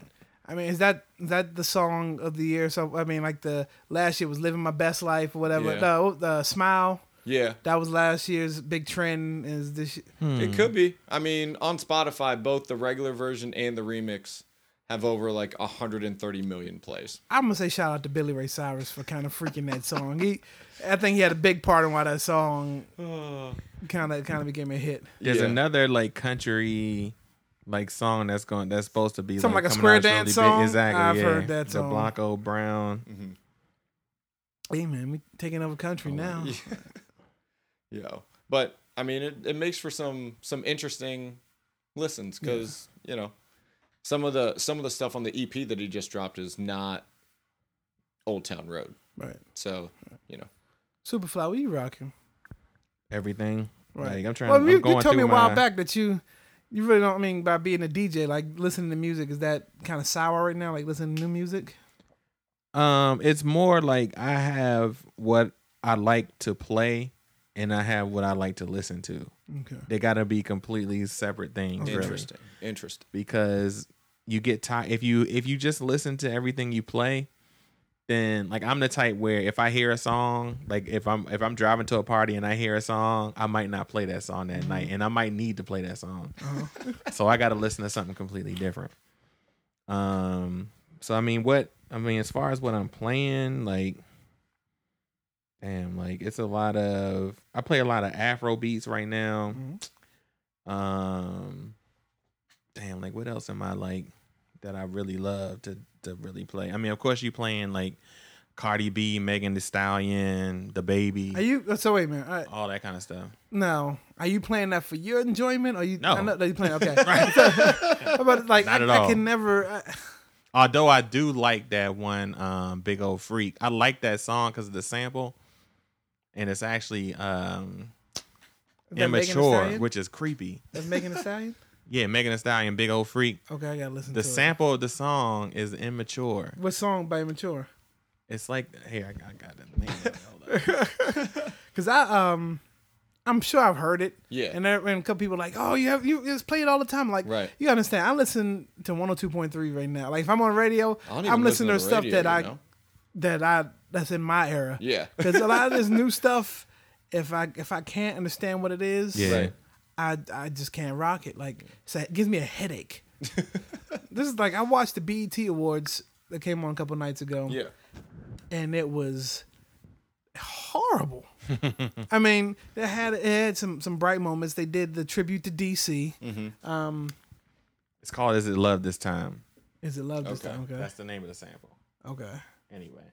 C: I mean, is that is that the song of the year? So I mean, like the last year was "Living My Best Life" or whatever.
D: Yeah.
C: The, the smile
D: yeah
C: that was last year's big trend. Is this?
B: Hmm.
D: It could be. I mean, on Spotify, both the regular version and the remix have over like 130 million plays.
C: I'm gonna say shout out to Billy Ray Cyrus for kind of freaking that song. He, I think he had a big part in why that song
B: Uh.
C: kind of kind of became a hit.
B: There's
D: Yeah.
B: another like country like song that's going that's supposed to be
C: Something like a
B: coming
C: square
B: out
C: dance
B: really big.
C: song?
B: Exactly.
C: I've
B: yeah.
C: heard that
B: The
C: song.
B: Blanco Brown.
D: Mm-hmm.
C: Hey man, we taking over
B: Oh,
C: country now.
D: Yeah. But I mean, it, it makes for some some interesting listens because you know some of the some of the stuff on the EP that he just dropped is not Old Town Road.
C: Right.
D: So you know,
C: Superfly, what you rocking?
B: Everything.
C: Right.
B: Like, I'm trying.
C: Well,
B: I'm
C: you, you
B: going
C: told me
B: through
C: a while
B: my-
C: back that you you really don't mean by being a DJ like listening to music. Is that kind of sour right now? Like listening to new music?
B: Um, it's more like I have what I like to play, and I have what I like to listen to.
C: Okay.
B: They gotta be completely separate
C: Oh,
B: things, really,
D: interesting, interesting.
B: because you get tired if you if you just listen to everything you play. Then, like, I'm the type where if I hear a song, like if I'm if I'm driving to a party and I hear a song, I might not play that song that night, and I might need to play that song. so I got to listen to something completely different. Um. So I mean, what I mean, as far as what I'm playing, like, damn, like it's a lot of I play a lot of Afro beats right now.
C: Mm-hmm.
B: Um, damn, like what else am I like that I really love to to really play? I mean, of course, you playing like Cardi B, Megan Thee Stallion, The Baby,
C: Are you? So wait a minute. I,
B: all that kind of stuff.
C: no, are you playing that for your enjoyment? Or you?
B: No.
C: I know that you playing. Okay. but like,
B: Not
C: I,
B: at
C: I
B: all.
C: can never. uh, I,
B: Although I do like that one, um, Big Old Freak. I like that song because of the sample, and it's actually um,
C: that Megan Thee
B: immature,
C: Stallion?
B: which is creepy.
C: that's making a stallion.
B: Yeah, Megan Thee Stallion, Big Old Freak.
C: Okay, I gotta listen
B: The
C: to it.
B: sample of the song is immature.
C: What song by Immature?
B: It's like, here I got, I got the name. Hold up.
C: Because I um I'm sure I've heard it.
D: Yeah.
C: And there and a couple people like, oh, you have you just play it all the time. Like,
D: Right.
C: you understand? I listen to 102.3 right now. Like, if I'm on radio,
D: I don't even
C: I'm listening
D: listen
C: to
D: to the
C: stuff that
D: radio, you
C: I
D: know?
C: that I that's in my era.
D: Yeah.
C: Because a lot of this new stuff, if I if I can't understand what it is,
B: Yeah.
D: Right.
C: I I just can't rock it. Like, so it gives me a headache. this is like I watched the BET Awards that came on a couple nights ago
D: Yeah.
C: and it was horrible. I mean, they had it had some some bright moments. They did the tribute to DC.
B: Mm. It's called "Is It Love This Time."
C: Is it love this time? Okay,
B: that's the name of the sample.
C: okay.
B: Anyway,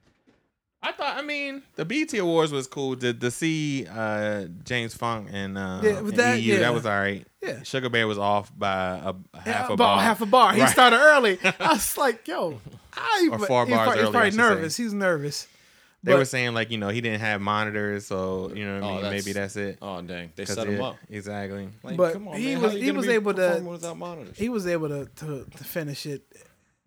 B: I thought. I mean, the BT Awards was cool. To to see uh, James Funk and, uh,
C: Yeah, with
B: and
C: that,
B: EU,
C: yeah.
B: that was all right.
C: Yeah.
B: Sugar Bear was off by a, a half a
C: About
B: bar.
C: half a bar. He
B: Right.
C: started early. I was like, yo, I
B: Or
C: but
B: four
C: he's probably,
B: bars
C: he's
B: early, I
C: probably
B: should say.
C: nervous. He's nervous.
B: They
C: but-
B: were saying like you know he didn't have monitors, so you know what I
D: Oh,
B: mean?
D: that's-
B: maybe that's it.
D: Oh dang, they
B: 'Cause
D: set him
B: it-
D: up.
B: exactly.
D: Like,
C: But
D: come on,
C: he
D: man.
C: was-
D: How you
C: he
D: gonna
C: was
D: be
C: able to-
D: performing without monitors.
C: He was able to to, to finish it.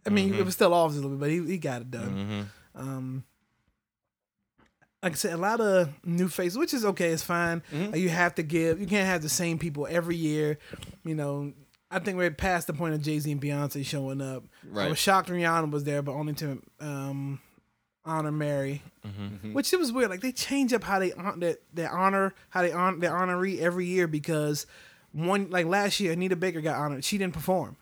C: I mean, it was still off a little bit, but he, he got it done. Um, like I said, a lot of new faces, which is okay, it's fine. Like, you have to give. You can't have the same people every year. You know, I think we're past the point of Jay Z and Beyonce showing up. I
D: Right.
C: was shocked Rihanna was there, but only to um, honor Mary, which it was weird. Like they change up how they hon- that they honor how they honor their honoree every year because one like last year Anita Baker got honored. She didn't perform.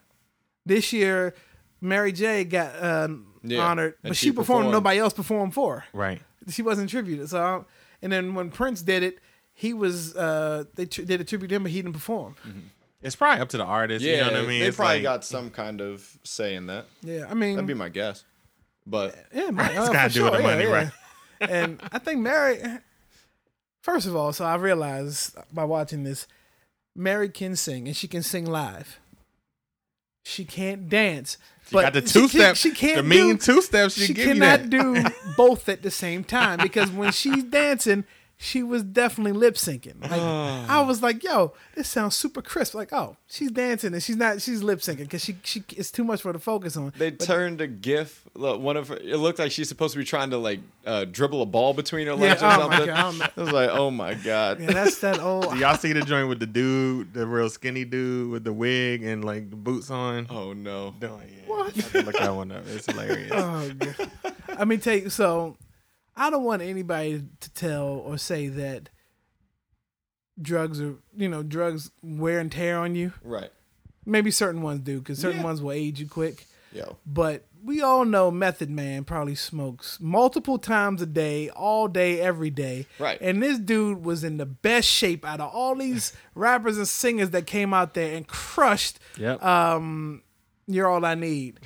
C: This year, Mary J got um,
D: Yeah,
C: honored,
D: and
C: but she,
D: she
C: performed.
D: performed.
C: Nobody else performed for. her.
B: Right.
C: She wasn't tributed. So, I, and then when Prince did it, he was uh, they tri- did a tribute to him, but he didn't perform.
D: Mm-hmm.
B: It's probably up to the artist.
D: yeah,
B: you know what I mean?
D: they
B: It's
D: probably
B: like-
D: got some kind of say in that.
C: Yeah, I mean,
D: That'd be my guess. But
C: yeah, man,
B: It's
C: uh,
B: gotta
C: for
B: do with the
C: sure, yeah,
B: money,
C: yeah.
B: right?
C: and I think Mary. First of all, so I realized by watching this, Mary can sing and she can sing live. She can't dance.
B: You got the two
C: she can't-
B: step.
C: She can't.
B: The mean
C: do-
B: two steps.
C: She,
B: She, give you
C: cannot
B: that.
C: do both at the same time because when she's dancing, she was definitely lip syncing. Like
B: Ah.
C: I was like, "Yo, this sounds super crisp." Like, oh, she's dancing and she's not. She's lip syncing because she she it's too much for her to focus on.
D: they turned a GIF. Look, one of her, it looked like she's supposed to be trying to like uh, dribble a ball between her legs
C: oh
D: or
C: my
D: something.
C: God, I don't know.
D: I was like, oh my god.
C: Yeah, that's that old.
B: Y'all see the joint with the dude, the real skinny dude with the wig and like the boots on?
D: Oh no.
B: Don't- yeah. I have to Look that one up. It's hilarious.
C: Oh, God. I mean, take so. I don't want anybody to tell or say that drugs are you know drugs wear and tear on you.
D: Right.
C: Maybe certain ones do because certain
D: Yeah.
C: ones will age you quick.
D: Yo.
C: But we all know Method Man probably smokes multiple times a day, all day, every day.
D: Right.
C: And this dude was in the best shape out of all these rappers and singers that came out there and crushed um,
B: Yep.
C: you're all I need.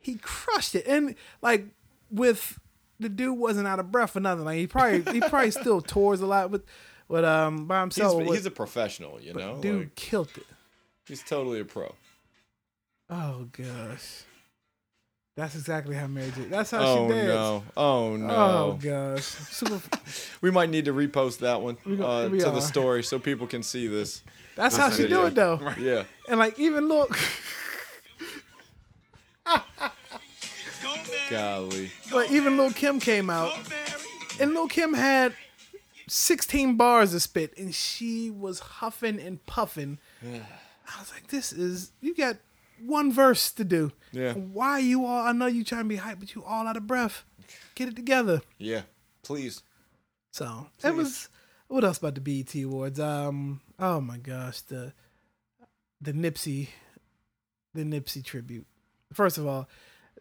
C: He crushed it, and like with the dude wasn't out of breath or nothing. Like he probably he probably still tours a lot with, with um by
D: He's,
C: himself.
D: he's a professional, you know.
C: dude
D: Like,
C: killed it.
D: he's totally a pro.
C: Oh gosh, that's exactly how Mary J. That's how
D: Oh
C: she danced.
D: no. Oh no.
C: Oh gosh, super.
D: We might need to repost that one
C: gonna-
D: uh,
C: we
D: to
C: are.
D: the story so people can see this.
C: That's how she do it though.
D: Yeah.
C: And like even look,
D: Golly.
C: like even Lil Kim came out, and Lil Kim had. 16 bars of spit and she was huffing and puffing I was like, this is you got one verse to do.
D: Yeah.
C: Why are you all? I know you trying to be hype, but you all out of breath. Get it together.
D: Yeah. Please.
C: So it was. What else about the BET Awards? Um. Oh my gosh the the Nipsey the Nipsey tribute. First of all,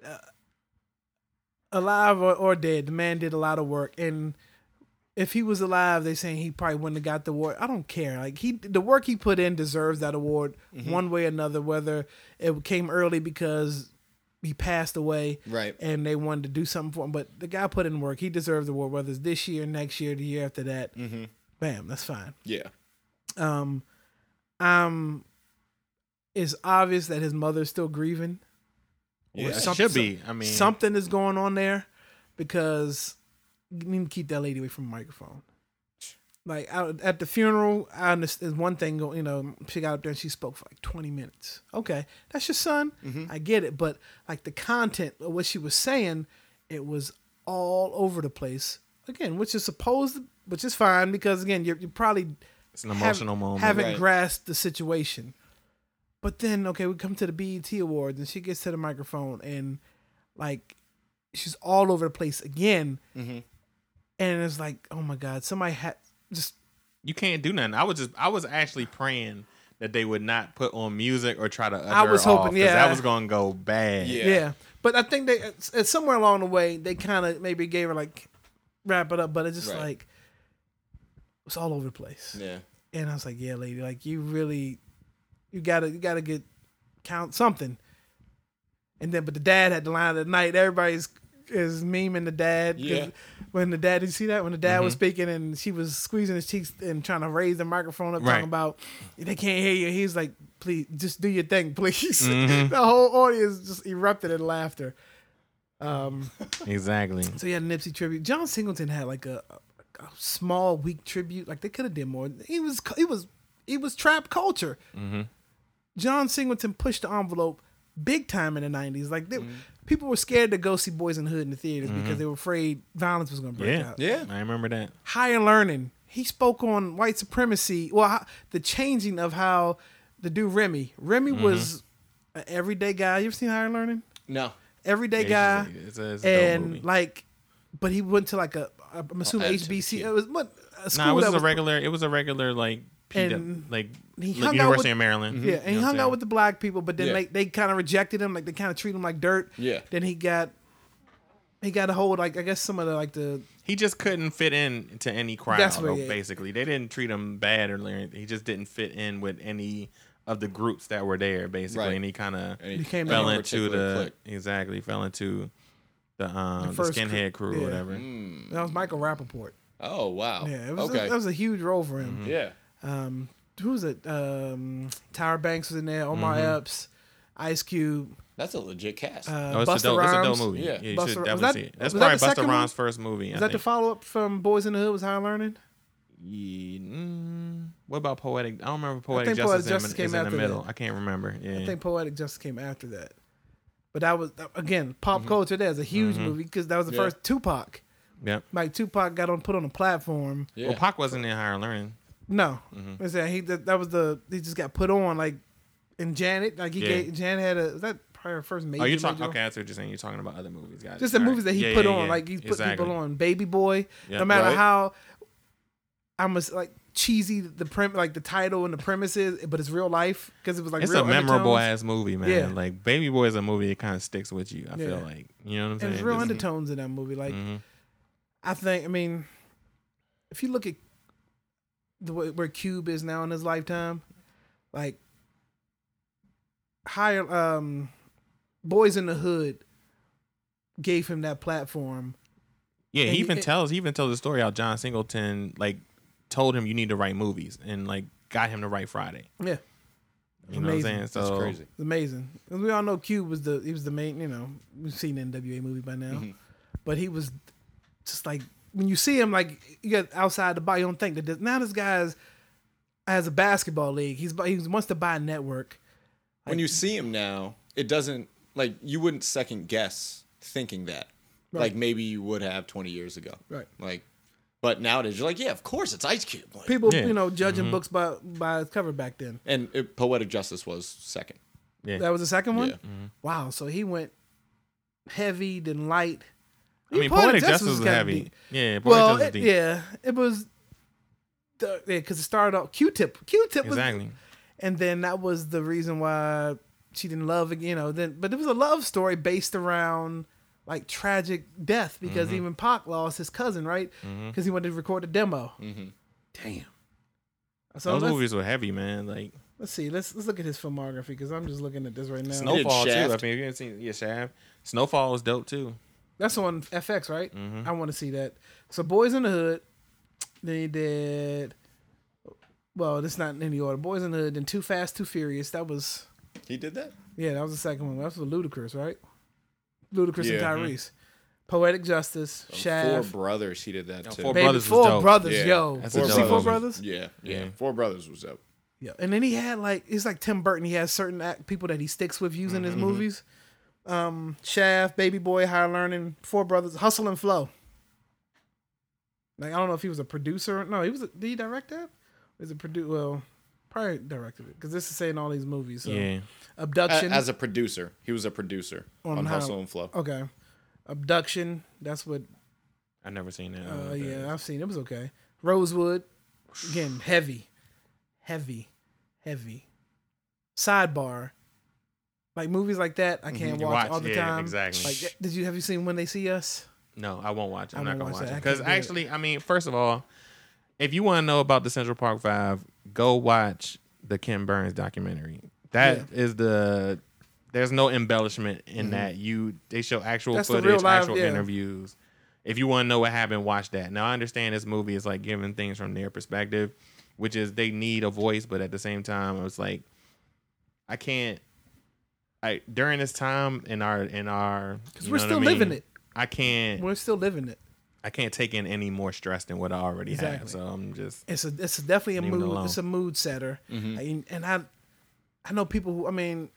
C: uh, alive or, or dead, the man did a lot of work and. If he was alive, they saying he probably wouldn't have got the award. I don't care. Like he, the work he put in deserves that award one way or another. Whether it came early because he passed away,
D: Right.
C: and they wanted to do something for him. But the guy put in work. He deserves the award, whether it's this year, next year, the year after that. Mm-hmm. Bam, that's fine.
D: Yeah.
C: Um, um, it's obvious that his mother's still grieving.
D: Yeah.
B: It
C: some-
B: should be. I mean,
C: Something is going on there because you need to keep that lady away from the microphone. Like I, at the funeral, I understand one thing. go- You know, she got up there and she spoke for like twenty minutes. Okay, that's your son. I get it, but like the content of what she was saying, it was all over the place again, which is supposed, which is fine because again, you're, you're probably
B: It's an emotional
C: have-
B: moment.
C: Haven't
D: Right.
C: grasped the situation. But then, okay, we come to the BET Awards, and she gets to the microphone, and like, she's all over the place again.
D: Mm-hmm.
C: And it's like, oh my God, somebody had just
B: you can't do nothing. I was just I was actually praying that they would not put on music or try to. Utter
C: I was
B: her off,
C: hoping,
B: 'cause
C: yeah.
B: that was gonna go bad.
D: Yeah.
C: yeah. But I think they it's, it's somewhere along the way they kind of maybe gave her like wrap it up, but it's just
D: Right.
C: like it's all over the place.
D: Yeah.
C: And I was like, yeah, lady, like you really, you gotta you gotta get count something. And then, but the dad had the line of the night. Everybody's is memeing the dad. 'cause
D: Yeah.
C: When the dad, did you see that? When the dad was speaking and she was squeezing his cheeks and trying to raise the microphone up,
B: Right.
C: talking about they can't hear you. He's like, please, just do your thing, please. the whole audience just erupted in laughter. Um,
B: exactly.
C: so he had a Nipsey tribute. John Singleton had like a, a, a small, weak tribute. Like they could have did more. He was he was he was trap culture.
B: Mm-hmm.
C: John Singleton pushed the envelope big time in the nineties. Like
B: Mm-hmm.
C: they, people were scared to go see Boys in the Hood in the theaters because they were afraid violence was going to break
B: Yeah,
C: out.
D: Yeah.
B: I remember that.
C: Higher learning. He spoke on white supremacy. Well, how, the changing of how the dude Remy. Remy
B: Mm-hmm.
C: was an everyday guy. You ever seen Higher Learning?
D: No.
C: Everyday
B: Yeah,
C: guy
B: it's just- it's a- it's a dope movie.
C: and like, but he went to like a I'm
D: Oh,
C: assuming HBC. It was what a school
B: Nah, it was
C: that
B: just a
C: was
B: regular. It was a regular like P-
C: And
B: like
C: he
B: like,
C: hung out
B: University
C: with-
B: of Maryland.
C: yeah, and he hung
B: You know what I'm
C: out
B: saying?
C: with the black people, but then
D: Yeah.
C: like they kind of rejected him, like they kind of treat him like dirt.
D: Yeah.
C: Then he got he got a hold like I guess some of the like the
B: He just couldn't fit in to any crowd.
C: That's what-
B: though,
C: yeah.
B: basically, they didn't treat him bad or anything. He just didn't fit in with any of the groups that were there, basically,
D: Right.
B: and he kind of
D: And he
C: Became
B: fell
D: any
B: into
D: particular
B: the
D: clique.
B: exactly fell into the um the,
C: first crew-
B: skinhead crew,
C: yeah.
B: or whatever.
D: Mm.
C: that was Michael Rappaport.
D: Oh wow.
C: Yeah, it was,
D: okay.
C: that was a huge role for him.
D: yeah.
C: Um,
B: Mm-hmm.
C: who was it? Um, Tyra Banks was in there. Omar Epps, Ice Cube,
D: That's a legit cast.
C: uh,
B: Oh, it's
C: Busta
B: a dope, it's a
C: Rhymes.
B: dope movie.
D: Yeah.
B: Yeah, you
C: Busta-
B: should
C: was
B: definitely
C: that-
B: see it. That's
C: was that
B: probably
C: the second
B: Buster
C: one?
B: Ron's first movie. I
C: Is that the
B: think.
C: follow up from Boys in the Hood? Was Higher Learning?
B: Ye- mm, what about poetic? I don't remember
C: think
B: poetic
C: Poetic
B: justice,
C: Justice
B: in,
C: came
B: is in the
C: after
B: middle.
C: that.
B: I can't remember. Yeah,
C: I think Poetic Justice came after that. But that was again pop
B: Mm-hmm.
C: culture. There's a huge movie because that was the
D: Yeah.
C: first Tupac.
B: Yep.
C: Like Tupac got on put on a platform.
D: yeah.
B: Well, Pac wasn't in higher learning.
C: No,
B: Mm-hmm.
C: I said he that, that was the he just got put on like and Janet like he
B: Yeah.
C: gave Janet had a was that probably her first major.
B: Oh, you're talking.
C: major?
B: Okay, I see what you're saying. You're talking about other movies, guys.
C: Just the movies that he put on, like he's put people on. Baby Boy,
B: Yeah.
C: no matter
D: Right.
C: how I'm like cheesy the prim like the title and the premise is, but it's real life because it was like
B: It's
C: real
B: a memorable
C: undertones.
B: ass movie, man.
C: Yeah.
B: Like Baby Boy is a movie that kind of sticks with you. I
C: Yeah.
B: feel like you know what I'm saying.
C: There's real
B: Just-
C: undertones in that movie. Like,
B: Mhm.
C: I think, I mean, if you look at the way, where Cube is now in his lifetime, like higher um, Boys in the Hood gave him that platform.
B: Yeah,
C: And
B: he even
C: it-
B: tells he even tells the story how John Singleton like told him you need to write movies and like got him to write Friday.
C: Yeah,
B: You know what I'm
C: Amazing.
B: saying? So
D: That's crazy.
C: it's amazing. 'Cause we all know Cube was the he was the main. You know, we've seen the NWA movie by now, but he was just like when you see him like you got outside the bar, you don't think that this, now this guy's has a basketball league. He's bu- he wants to buy a network.
D: when you see him now, it doesn't like you wouldn't second guess thinking that. Like maybe you would have 20 years ago.
C: Right.
D: Like, but nowadays you're like, yeah, of course it's Ice Cube. Like,
C: People,
B: Yeah. Mm-hmm.
C: you know, judging books by by its cover back then.
D: and it, poetic justice was second.
B: Yeah. Mm-hmm.
C: That was the second one.
D: Yeah.
C: Wow. So he went heavy, then light.
B: I mean,
C: Poetic
B: poetic
C: Justice
B: justice
C: was
B: is
C: kinda
B: heavy.
C: deep.
B: Yeah, poetic
C: well,
B: justice
C: it-
B: is deep.
C: yeah, it was. The, yeah, because it started off Q-tip. Q-tip was
B: exactly.
C: and then that was the reason why she didn't love ag- you know then but it was a love story based around like tragic death because
B: Mm-hmm.
C: even Pac lost his cousin right because he wanted to record the demo
B: Mm-hmm.
C: damn so
B: Those
C: let's,
B: movies were heavy, man. Like
C: let's see let's let's look at his filmography because I'm just looking at this right now
D: did
B: Snowfall too. I mean, if
D: Shaft.
B: you haven't seen yeah, Shaft. Snowfall was dope too.
C: that's on FX right
B: Mm-hmm.
C: I want to see that so Boys in the Hood then he did well that's not in any order Boys in the Hood then Too Fast Too Furious that was
D: He did that?
C: Yeah, that was the second one. That was with Ludacris, right? Ludacris
D: Yeah.
B: mm-hmm.
C: and Tyrese. Poetic Justice, Shaft.
D: Four brothers, he did that too.
B: Four
C: Baby,
B: Brothers was
C: Four
B: dope.
C: Brothers,
D: Yeah.
C: yo.
B: That's
C: Four
B: a
C: See
B: dope
C: Four
B: movie.
C: Brothers?
D: Yeah, yeah.
B: Yeah.
D: Four brothers was up.
C: Yeah. And then he had like it's like Tim Burton. He has certain act, people that he sticks with using
D: Mm-hmm,
C: his movies. Um, Shaft, Baby Boy, High Learning, Four Brothers, Hustle and Flow. Like I don't know if he was a producer. No, he was. A, did he direct that? Is it produced? Well, probably directed it because this is saying all these movies. So.
B: Yeah.
C: Abduction.
D: as a producer. He was a producer
C: On
D: on,
C: how-
D: Hustle and Flow.
C: okay. Abduction. That's what.
B: I've never seen that.
C: Uh, yeah, I've seen. It It was okay. Rosewood. Again, heavy, heavy, heavy. Sidebar. Like movies like that, I can't
B: You
C: watch,
B: Mm-hmm. watch,
C: all the
B: yeah,
C: time.
B: exactly.
C: Like, did you have you seen When They See Us?
B: No, I won't watch it. I'm
C: I
B: not
C: won't
B: gonna
C: watch
B: watch,
C: that. I
B: it because
C: can't do it.
B: actually, I mean, first of all, if you want to know about the Central Park Five, go watch the Kim Burns documentary. That is the. There's no embellishment in that. You they show actual
C: Mm-hmm. That's the real
B: footage,
C: life,
B: actual
C: yeah.
B: interviews. If you want to know what happened, watch that. Now I understand this movie is like giving things from their perspective, which is they need a voice, but at the same time, it's like I can't. I during this time in our in our because
C: we're still living it.
B: I can't.
C: We're still living it.
B: I can't take in any more stress than what I already
C: Exactly.
B: have. So I'm just
C: It's a it's definitely a
B: Leave it
C: mood.
B: alone. Mm-hmm.
C: It's a mood setter. I- and I I know people who I mean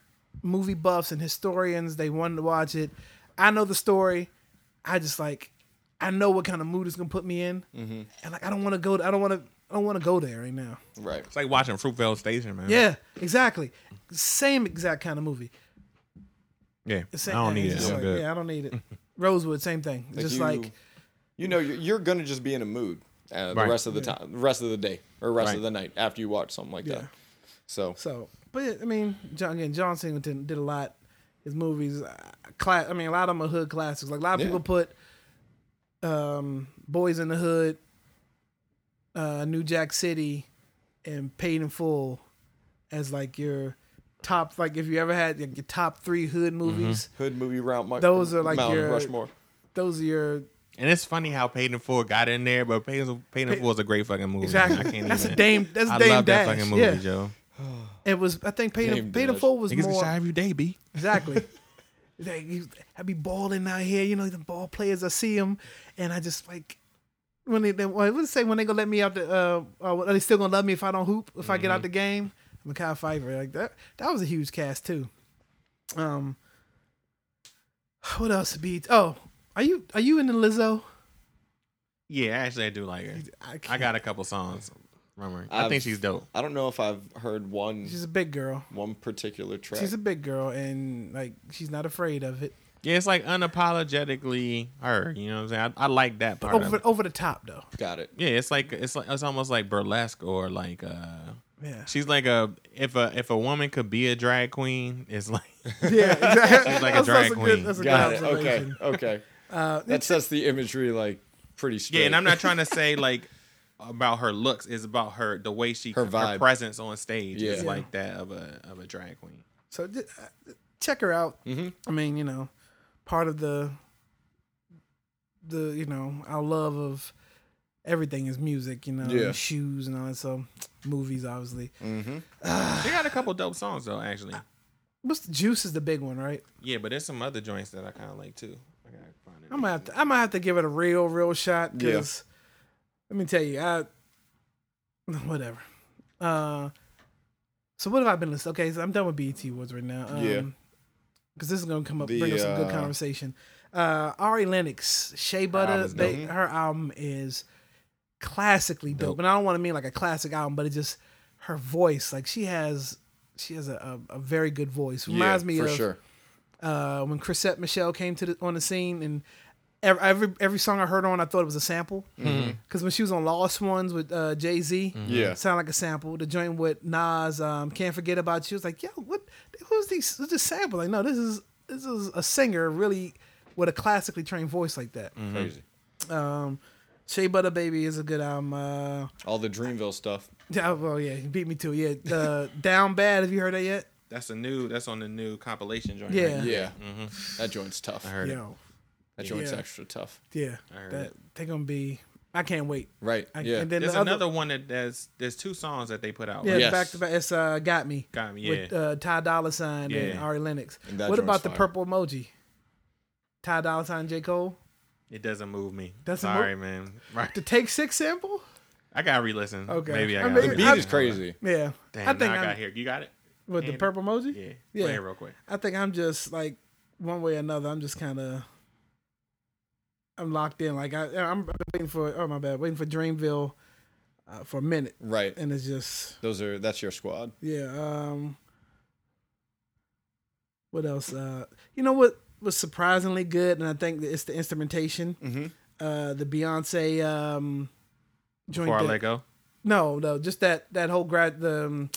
C: movie buffs and historians they wanted to watch it. I know the story. I just like I know what kind of mood it's gonna put me in,
B: Mm-hmm.
C: and like I don't want to go. I don't want to. I don't want to go there right now.
D: Right.
B: it's like watching Fruitvale Station, man.
C: Yeah, exactly. Same exact kind of movie.
B: yeah.
C: It's
B: I
C: Same,
B: don't need
C: it's
B: it.
C: just
B: I'm
C: like,
B: good.
C: Yeah, I don't need it. Rosewood, same thing. It's just
D: you,
C: like
D: you know, you're, you're gonna just be in a mood uh,
B: Right.
D: the rest of the time, the rest of the day, or rest
B: Right.
D: of the night after you watch something like
C: Yeah.
D: that. So
C: So, but yeah, I mean, John again, John Singleton did a lot. His movies, uh, class. I mean, a lot of them are hood classics. Like a lot of
D: Yeah.
C: people put um, Boys in the Hood, uh, New Jack City, and Paid in Full as like your top. Like if you ever had like, your top three
B: Mm-hmm.
C: hood movies,
D: hood movie round. Mount-
C: Those are like
D: Mount
C: your-
D: Rushmore.
C: those are your
B: And it's funny how Paid in Full got in there, but Paid in, Paid in Full is a great fucking movie. man. I
C: exactly.
B: can't
C: That's a
B: even.
C: Dame. That's
B: I
C: Dame
B: love
C: Dash.
B: that fucking movie,
C: yeah,
B: Joe.
C: it was. I think Paid in,
D: Dame
C: Paid in
D: Dash.
C: Full was
B: Niggas can
C: more.
B: shy every day, B.
C: Exactly. He's like, you- I be balling out here, you know, the ball players. I see them, and I just like when they, they well, let's say when they gonna let me out the uh, uh are they still gonna love me if I don't hoop if I get out the game? I'm a Kyle Fiver like that. That was a huge cast too. Um, what else? Be oh, are you are you into Lizzo?
B: Yeah, actually, I do like her.
C: can't-
B: I got a couple songs from her. I think
D: I've-
B: she's dope.
D: I don't know if I've heard one
C: She's a big girl.
D: one particular track.
C: She's a big girl, and like she's not afraid of it.
B: Yeah, it's like unapologetically her. You know what I'm saying? I, I like that part. Of
C: Over
B: it.
C: over the top though.
D: Got it.
B: Yeah, it's like it's like it's almost like burlesque or like uh
C: Yeah.
B: She's like a if a if a woman could be a drag queen, it's like
C: Yeah, exactly.
B: She's like a
C: That's- that's
B: drag
C: Good,
B: queen.
C: that's a
D: Got
C: good
D: it. Okay.
C: observation.
D: Okay.
C: Uh,
D: that sets the imagery like pretty straight.
B: yeah. And I'm not trying to say like about her looks; it's about her the way she
D: Her vibe.
B: presence on stage is
D: Yeah.
B: like that of a of a drag queen.
C: So j- uh, check her out. I mean, you know, part of the the you know our love of everything is music. You know,
D: Yeah.
C: and shoes and all that. So movies, obviously.
B: She got a couple dope songs though, actually.
C: What's the juice is the big one, right?
B: Yeah, but there's some other joints that I kind of like too. I gotta find it.
C: I'm gonna have to, I'm gonna have to give it a real, real shot. Cause let me tell you, I whatever. Uh, so what have I been listening? Okay, so I'm done with BET Awards right now. Um,
D: Yeah.
C: Because this is gonna come up,
D: The,
C: bring us some good
D: uh,
C: conversation. Uh, Ari Lennox, Shea Butter,
B: album's
C: they,
B: dope.
C: her album is classically dope.
B: Dope.
C: and I don't want to mean like a classic album, but it just her voice, like she has, she has a, a, a very good voice. Reminds me
D: for
C: of
D: sure.
C: uh, when Chrisette Michelle came to the, on the scene, and every, every every song I heard her on, I thought it was a sample. Because
B: Mm-hmm.
C: when she was on Lost Ones with uh, Jay Z,
D: Yeah.
C: sound like a sample. The joint with Nas, um, Can't Forget About You, was like, yo, what? Who's these? Who's this sample? Like, no, this is this is a singer really with a classically trained voice like that.
B: Mm.
D: Crazy.
C: Um, Shea Butter Baby is a good album. Uh,
D: All the Dreamville stuff.
C: yeah, well, yeah, you beat me to it. Yeah, uh, Down Bad. Have you heard that yet?
B: That's a new. That's on the new compilation joint.
C: Yeah.
B: right?
D: Yeah. That joint's tough.
B: I heard
C: Yo,
D: That joint's
C: Yeah.
D: extra tough.
C: yeah,
B: heard
C: that
B: it.
C: they're gonna be. I can't wait.
D: Right.
C: I,
D: yeah.
C: And
B: it.
C: then
B: There's
C: the other,
B: another one that there's there's two songs that they put out.
C: Yeah,
B: right?
D: Yes.
C: back to back. It's uh, got me.
B: Got Me,
C: With
B: yeah.
C: uh, Ty Dolla Sign and
B: Yeah.
C: Ari Lennox.
D: And that
C: What
D: joint's
C: about the
D: fire.
C: purple emoji? Ty Dolla Sign, J Cole.
B: It doesn't move me.
C: Doesn't
B: Sorry, man. Right.
C: The Take Six sample.
B: I gotta re-listen.
C: Okay.
B: Okay. Maybe I
C: I
B: gotta.
C: mean,
D: the beat
C: I-
D: is crazy.
C: Yeah,
B: Damn,
C: I think
B: now I
C: I'm,
B: got here. You got it.
C: with the
B: hand.
C: purple emoji.
B: Yeah.
C: Yeah.
B: Play it real quick.
C: I think I'm just like one way or another. I'm just kind of I'm locked in. Like I, I'm waiting for. Oh my bad. Waiting for Dreamville uh, for a minute,
D: Right.
C: and it's just
D: Those are that's your squad.
C: yeah. Um, what else? Uh, you know what was surprisingly good, and I think that it's the instrumentation. Uh, the Beyonce um, joint.
B: Before I
C: that-
B: let go.
C: No, no, just that that whole grad the um,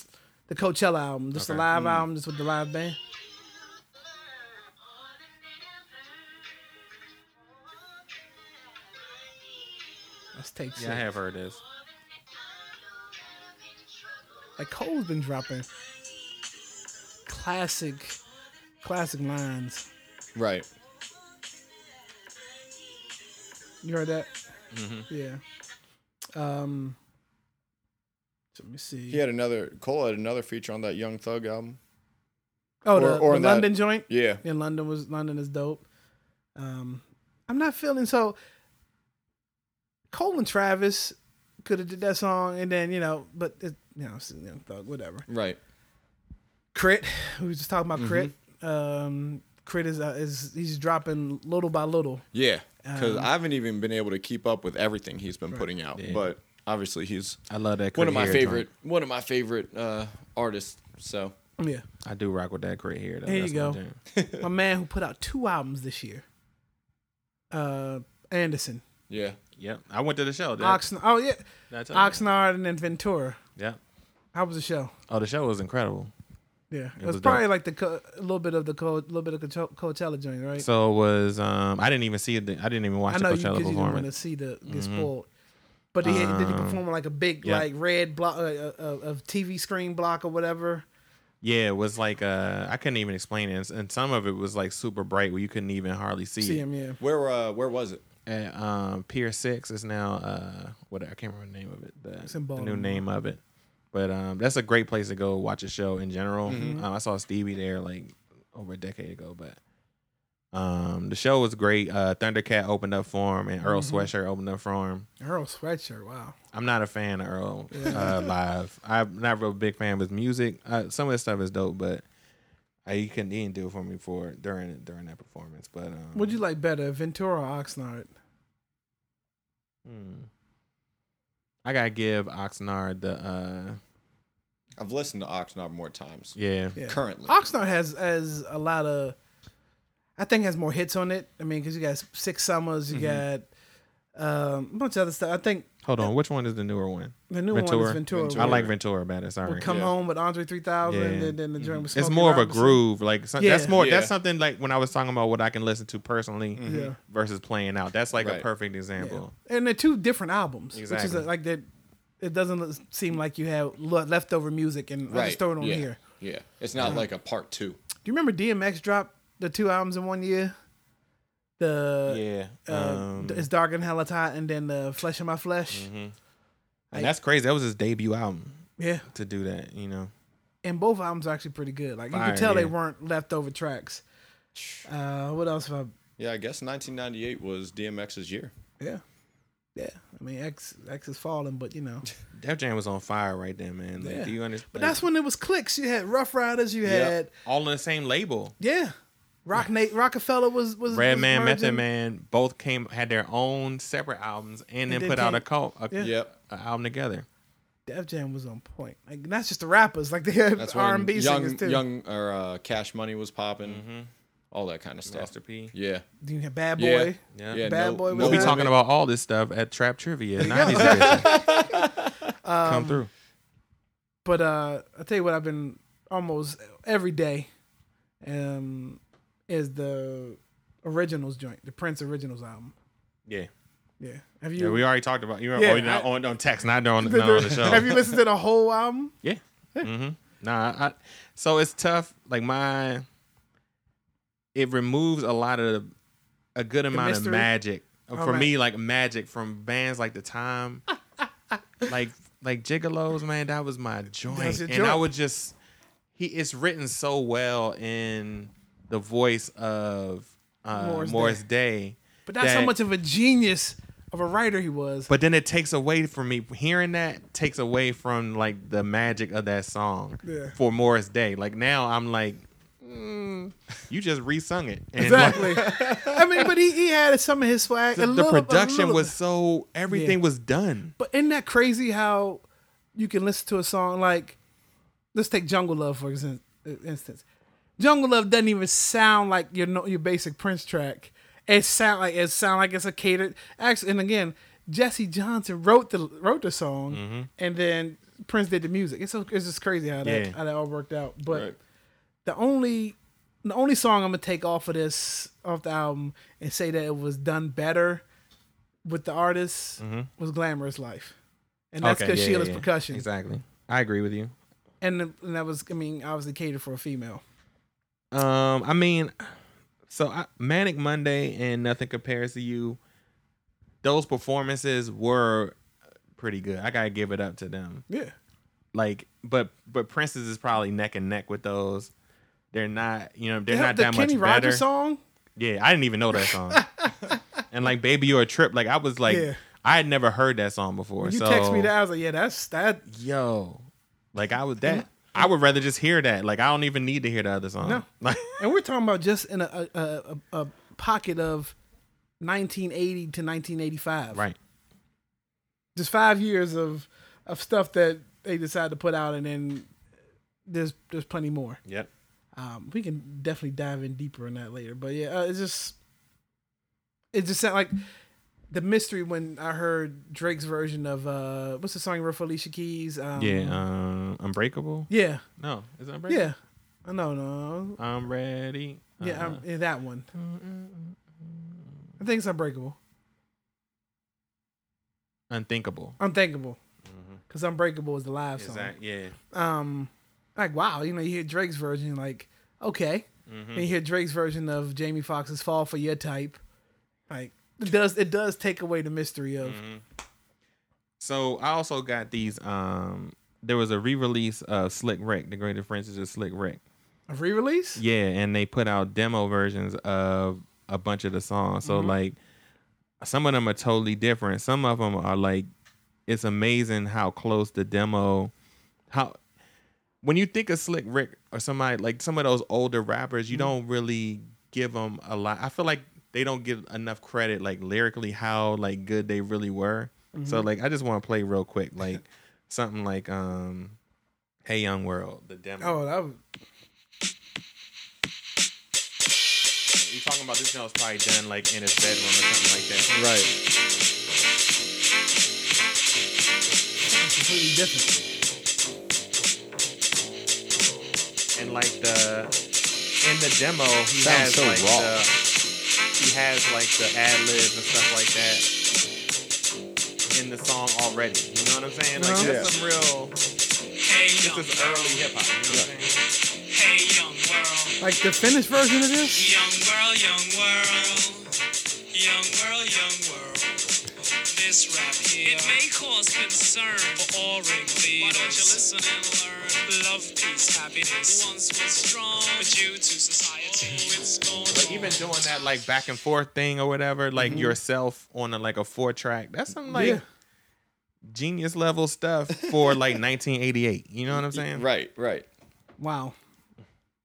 C: the Coachella album, just the
B: Okay. Mm.
C: live album, just with the live band. Let's take six.
B: Yeah, I have heard this.
C: Like Cole's been dropping classic, classic lines.
D: Right.
C: You heard that?
B: Mhm.
C: Yeah. Um. so Let me see.
D: He had another Cole had another feature on that Young Thug album.
C: Oh,
D: or-
C: the,
D: or
C: the
D: in that-
C: London joint.
D: Yeah.
C: in London was London is dope. Um, I'm not feeling so. Cole and Travis could have did that song, and then you know, but it, you know, it's, you know, thug, whatever.
D: Right.
C: Crit, we was just talking about Crit.
D: Mm-hmm.
C: Um, Crit is uh, is he's dropping little by little.
D: Yeah. Because
C: Um,
D: I haven't even been able to keep up with everything he's been putting out.
B: Yeah.
D: But obviously he's
B: I love that.
D: one of
B: Crit
D: my
B: Hair
D: favorite
B: joint.
D: one of my favorite uh artists. So
C: Yeah,
B: I do rock with that crit here. Though.
C: There you
B: That's my
C: go.
B: jam.
C: my man who put out two albums this year. Uh, Anderson,
D: yeah.
B: Yep, I went to the show. Did I-
C: Oxnard. Oh yeah,
B: did I tell you?
C: Oxnard and then Ventura.
B: Yeah.
C: How was the show?
B: Oh, the show was incredible.
C: Yeah, it,
B: It
C: was,
B: was
C: probably like the co- a little bit of the co- little bit of the Co- Coachella joint, right?
B: So it was um I didn't even see it. I didn't even watch
C: I
B: the
C: know you because
B: Coachella
C: you didn't want to
B: performance. Mm-hmm.
C: see the get spoiled. But did he, did he perform on, like a big
B: yeah.
C: like red block uh, uh, uh, of TV screen block or whatever?
B: Yeah, it was like uh I couldn't even explain it, and some of it was like super bright where you couldn't even hardly see,
C: See
B: it.
C: him, yeah.
D: Where uh where was it?
B: At um Pier Six is now uh what I can't remember the name of it.
C: It's
B: The,
C: in
B: the new
C: Baltimore.
B: name of it, but um that's a great place to go watch a show in general. Um, I saw Stevie there like over a decade ago, but. Um, the show was great. Uh, Thundercat opened up for him, and
C: Mm-hmm.
B: Earl Sweatshirt opened up for him.
C: Earl sweatshirt, wow.
B: I'm not a fan of Earl uh, live. I'm not a real big fan of his music. Uh, some of his stuff is dope, but I, he couldn't he didn't do it for me for during during that performance. But um,
C: Would you like better, Ventura or Oxnard?
B: hmm. I gotta give Oxnard the uh,
D: I've listened to Oxnard more times.
B: yeah.
C: Yeah.
D: Currently.
C: Oxnard has has a lot of, I think has more hits on it. I mean, because you got six summers, you
B: Mm-hmm.
C: got um, a bunch of other stuff. I think
B: Hold on, which one is the newer one?
C: the new one is
B: Ventura.
C: Ventura.
D: Ventura.
B: I
C: right?
B: like Ventura better. Sorry,
C: Would come
D: Yeah.
C: home with Andre 3000
B: Yeah. Mm-hmm.
C: and then, then the joint with
B: it's
C: Smokey
B: more of a
C: Robinson.
B: groove. Like some,
C: Yeah.
B: that's more
D: Yeah.
B: that's something like when I was talking about what I can listen to personally
C: Yeah.
B: versus playing out. That's like
D: Right.
B: a perfect example.
C: And they're two different albums, which
B: Exactly.
C: is uh, like that. It doesn't look- seem like you have le- leftover music and I just throw it on
D: yeah.
C: here.
D: Yeah. It's not like a part two.
C: Do you remember DMX dropped the two albums in one year? The
B: Yeah, um,
C: uh, D- it's dark and hell it's hot, and then the flesh of my flesh.
B: Mm-hmm. and that's crazy. That was his debut album.
C: Yeah,
B: to do that, you know.
C: and both albums are actually pretty good. Like you
B: Fire,
C: could tell they
B: yeah.
C: weren't leftover tracks. Uh, what else? Have
D: Yeah, I guess 1998 was DMX's year.
C: I, yeah, yeah. I mean, X X is falling, but you know.
B: Def Jam was on fire right there, man. Like,
C: Yeah.
B: do you understand?
C: But that's when it was clicks. You had Rough Riders. You had
B: all on the same label.
C: yeah. Rock Nate Rockefeller was was was
B: Redman, Method
C: merging.
B: Man, both came had their own separate albums, and,
C: then
B: then put out
C: came-
B: a cult a,
C: Yeah.
D: Yep.
B: a album together.
C: Def Jam was on point. Like not just the rappers, like they had
D: That's
C: R
D: when
C: and B singers
D: young,
C: too.
D: young or uh, Cash Money was popping, all that kind of stuff.
B: Mm-hmm. Master P.
D: Yeah,
C: You had Bad Boy.
D: yeah,
B: Yeah.
C: Bad Boy was
B: We'll be
C: Yeah.
B: talking about all this stuff at Trap Trivia '90s edition. Come through.
C: Um, But uh I tell you what, I've been almost every day. Um, is the originals joint, the Prince originals album.
B: Yeah.
C: Yeah, have
B: Yeah,
C: you?
B: we already talked about you.
C: Yeah,
B: Yeah, oh, you're not
C: I-
B: on, on text, not on, not on the show.
C: have you listened to the whole album?
B: Yeah. hmm Nah, I, so it's tough. Like my, it removes a lot of a good amount of
C: mystery?
B: magic
C: Oh,
B: for
C: right.
B: me. Like magic from bands like the time, like like Gigolos, man. That was my joint,
C: That's your
B: and I
C: joint.
B: would just he. It's written so well in the voice of uh,
C: Morris
B: Morris,
C: Day.
B: Day.
C: But that's how
B: that-
C: much of a genius of a writer he was.
B: But then it takes away from me hearing that takes away from like the magic of that song
C: Yeah.
B: for Morris Day. Like now I'm like, mm, you just resung it. And
C: Exactly. I mean, but he, he had some of his swag.
B: the,
C: a
B: the
C: little- a
B: production
C: little-
B: was so everything
C: Yeah.
B: was done.
C: But isn't that crazy how you can listen to a song like, let's take Jungle Love for exin- instance. Jungle Love doesn't even sound like your no- your basic Prince track. It sound like it sound like it's a catered. Actually, and again, Jesse Johnson wrote the wrote the song, and then Prince did the music. It's so, it's just crazy how that
B: Yeah.
C: how that all worked out. But
D: Right.
C: the only the only song I'm gonna take off of this off the album and say that it was done better with the artist was "Glamorous Life," and that's because
B: Mm-hmm. yeah,
C: Sheila's
B: yeah, yeah.
C: percussion,
B: Exactly. I agree with you.
C: and, the, and that was I mean obviously catered for a female.
B: Um, I mean, so I, Manic Monday and Nothing Compares to You, those performances were pretty good. I gotta give it up to them.
C: Yeah,
B: Like, but but Prince's is probably neck and neck with those. They're not, you know, they're
C: Yeah,
B: not
C: the
B: that
C: Kenny
B: much
C: Rogers
B: better.
C: song.
B: Yeah, I didn't even know that song. and like Baby You're a Trip, like I was like,
C: Yeah.
B: I had never heard that song before.
C: You
B: so
C: text me that I was like, yeah, that's that.
B: yo, like I was that. I would rather just hear that. Like I don't even need to hear the other song.
C: No.
B: Like,
C: And we're talking about just in a a, a, a pocket of 1980 to 1985,
B: right.
C: Just five years of of stuff that they decided to put out, and then there's there's plenty more.
B: Yep.
C: Um, we can definitely dive in deeper on that later. But yeah, uh, it's just it just sounded like the mystery when I heard Drake's version of uh, what's the song he wrote for Alicia Keys? Um,
B: Yeah, um, Unbreakable.
C: yeah,
B: No, is it Unbreakable?
C: yeah. I know, no,
B: I'm ready.
C: yeah,
B: Uh, mm,
C: I'm, yeah, that one. I think it's Unbreakable,
B: unthinkable.
C: Unthinkable,
B: Mm-hmm.
C: because Unbreakable is the live song.
B: Exactly. Yeah.
C: Um, like wow, you know, you hear Drake's version, like okay,
B: Mm-hmm.
C: and you hear Drake's version of Jamie Foxx's "Fall for Your Type," like it does it does take away the mystery of
B: Mm. Mm-hmm. So I also got these. Um, there was a re-release of Slick Rick, the Greatest Princess of Slick Rick.
C: A re-release?
B: Yeah, and they put out demo versions of a bunch of the songs. So like, some of them are totally different. Some of them are like, it's amazing how close the demo, how when you think of Slick Rick or somebody like some of those older rappers, you don't really give them a lot. I feel like they don't give enough credit like lyrically how like good they really were. So like I just want to play real quick like something like um Hey Young World the demo.
C: Oh, that was,
B: You talking about this was probably done like in his bedroom or something like that.
D: Right.
C: that's completely different.
B: And like the in the demo he
D: Sounds
B: has
D: so
B: like
D: raw.
B: the he has like the ad libs and stuff like that in the song already. You know what I'm saying? Like
C: Uh-huh.
B: that's some
D: Yeah.
B: real this
E: Hey young
B: is
E: world,
B: early hip hop. You know what I'm saying?
E: hey young world,
C: Like the finished version of this?
E: young world, young world, young world, young world. This rap here, it may cause concern for all ring leaders. Why don't you listen and learn? Love, peace, happiness once was strong, but due to society, oh, it's gone.
B: But even doing that like back and forth thing or whatever, like
D: Mm-hmm.
B: yourself on a, like a four track, that's some like
C: Yeah.
B: genius level stuff for like 1988. You know what I'm saying?
D: Right. Right.
C: Wow.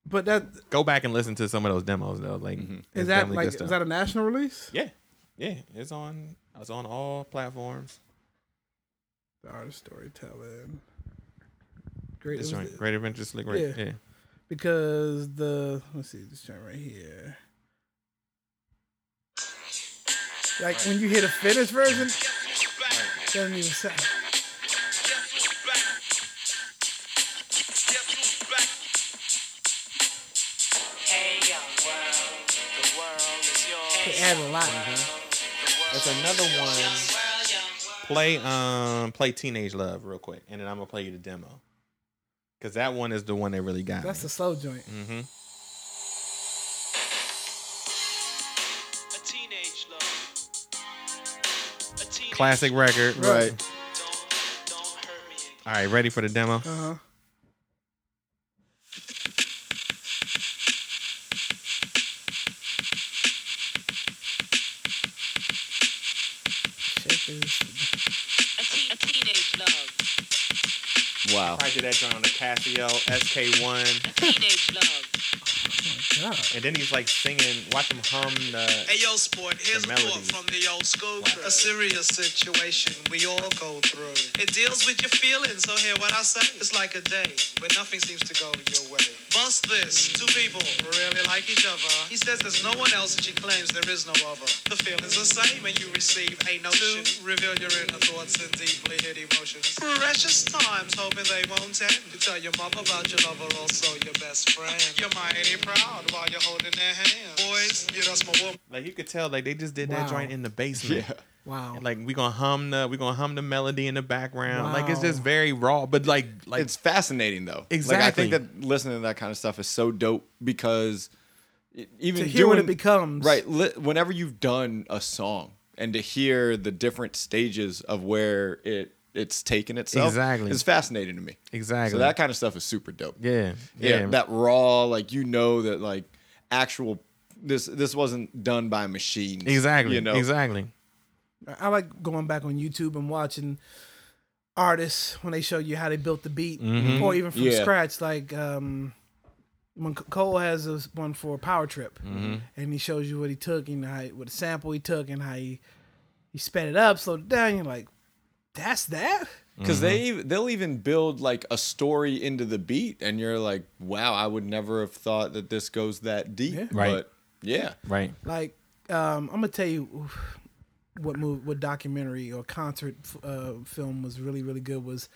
C: But that
B: go back and listen to some of those demos though. Like, it's
C: is that
B: definitely
C: like
B: good
C: is
B: stuff.
C: that a national release?
B: Mm-hmm. yeah, yeah. It's on. It's on all platforms.
C: Oh, The art of storytelling. Great.
B: This
C: it was
B: joint,
C: the-
B: Great Adventure Slick Rick.
C: Yeah.
B: Yeah.
C: because the let's see this joint right here. Like when you hear the finished version, doesn't even sound.
E: Hey young world, the world is yours.
C: They add a lot. man.
B: That's another one.
E: World, young world.
B: Play um play Teenage Love real quick, and then I'm gonna play you the demo. Cause that one is the one that really got
C: That's
B: me.
C: a slow joint.
B: mm-hmm.
E: A teenage love. A teenage
B: Classic record.
D: Right.
E: Don't, don't hurt me.
B: All right, ready for the demo?
C: Uh
D: Uh-huh.
C: huh.
E: A, teen, a teenage love.
D: Wow.
B: I did that joint on the Casio SK1.
E: Teenage love.
B: And then he's like singing, watch him hum uh, the.
E: Hey yo, sport, here's
B: The
E: a thought
B: melody.
E: from the old school crew. A serious situation we all go through. It deals with your feelings, so hear what I say. It's like a day when nothing seems to go your way. Bust this, two people really like each other. He says there's no one else and she claims there is no other. The feeling's the same and you receive a notion. Two, reveal your inner thoughts and deeply hid emotions. Precious times, hoping they won't end. You tell your mom about your lover, also your best friend. You're mighty proud while you're holding their hand. Boys, yeah, that's my woman.
B: Like you could tell, like they just did that
C: Wow.
B: joint in the basement.
C: Wow.
B: Like we gonna hum the, we gonna hum the melody in the background. Like it's
C: Wow.
B: just very raw, but like, like
D: it's fascinating though. Like, I
B: Exactly.
D: think that listening to that kind of stuff is so dope because e- even
C: To hear what it
D: doing-
C: becomes.
D: Right. Li- whenever you've done a song and to hear the different stages of where it it's taken itself
B: Exactly.
D: is fascinating to me.
B: Exactly.
D: So that kind of stuff is super dope.
B: yeah,
D: Yeah.
B: yeah,
D: That raw, like you know that like actual this this wasn't done by machines.
B: exactly,
D: You know.
B: exactly.
C: I like going back on YouTube and watching artists when they show you how they built the beat, or even from
D: Yeah.
C: scratch. Like um, when C- Cole has this one for Power Trip, and he shows you what he took and how he- what sample he took and how he he sped it up, slowed it down. You're like, that's that.
D: Because they
B: Mm-hmm.
D: they'll even build like a story into the beat, and you're like, wow, I would never have thought that this goes that deep.
C: Yeah.
B: Right.
D: But yeah.
B: Right.
C: Like um, I'm gonna tell you what movie, what documentary or concert f- uh, film was really really good was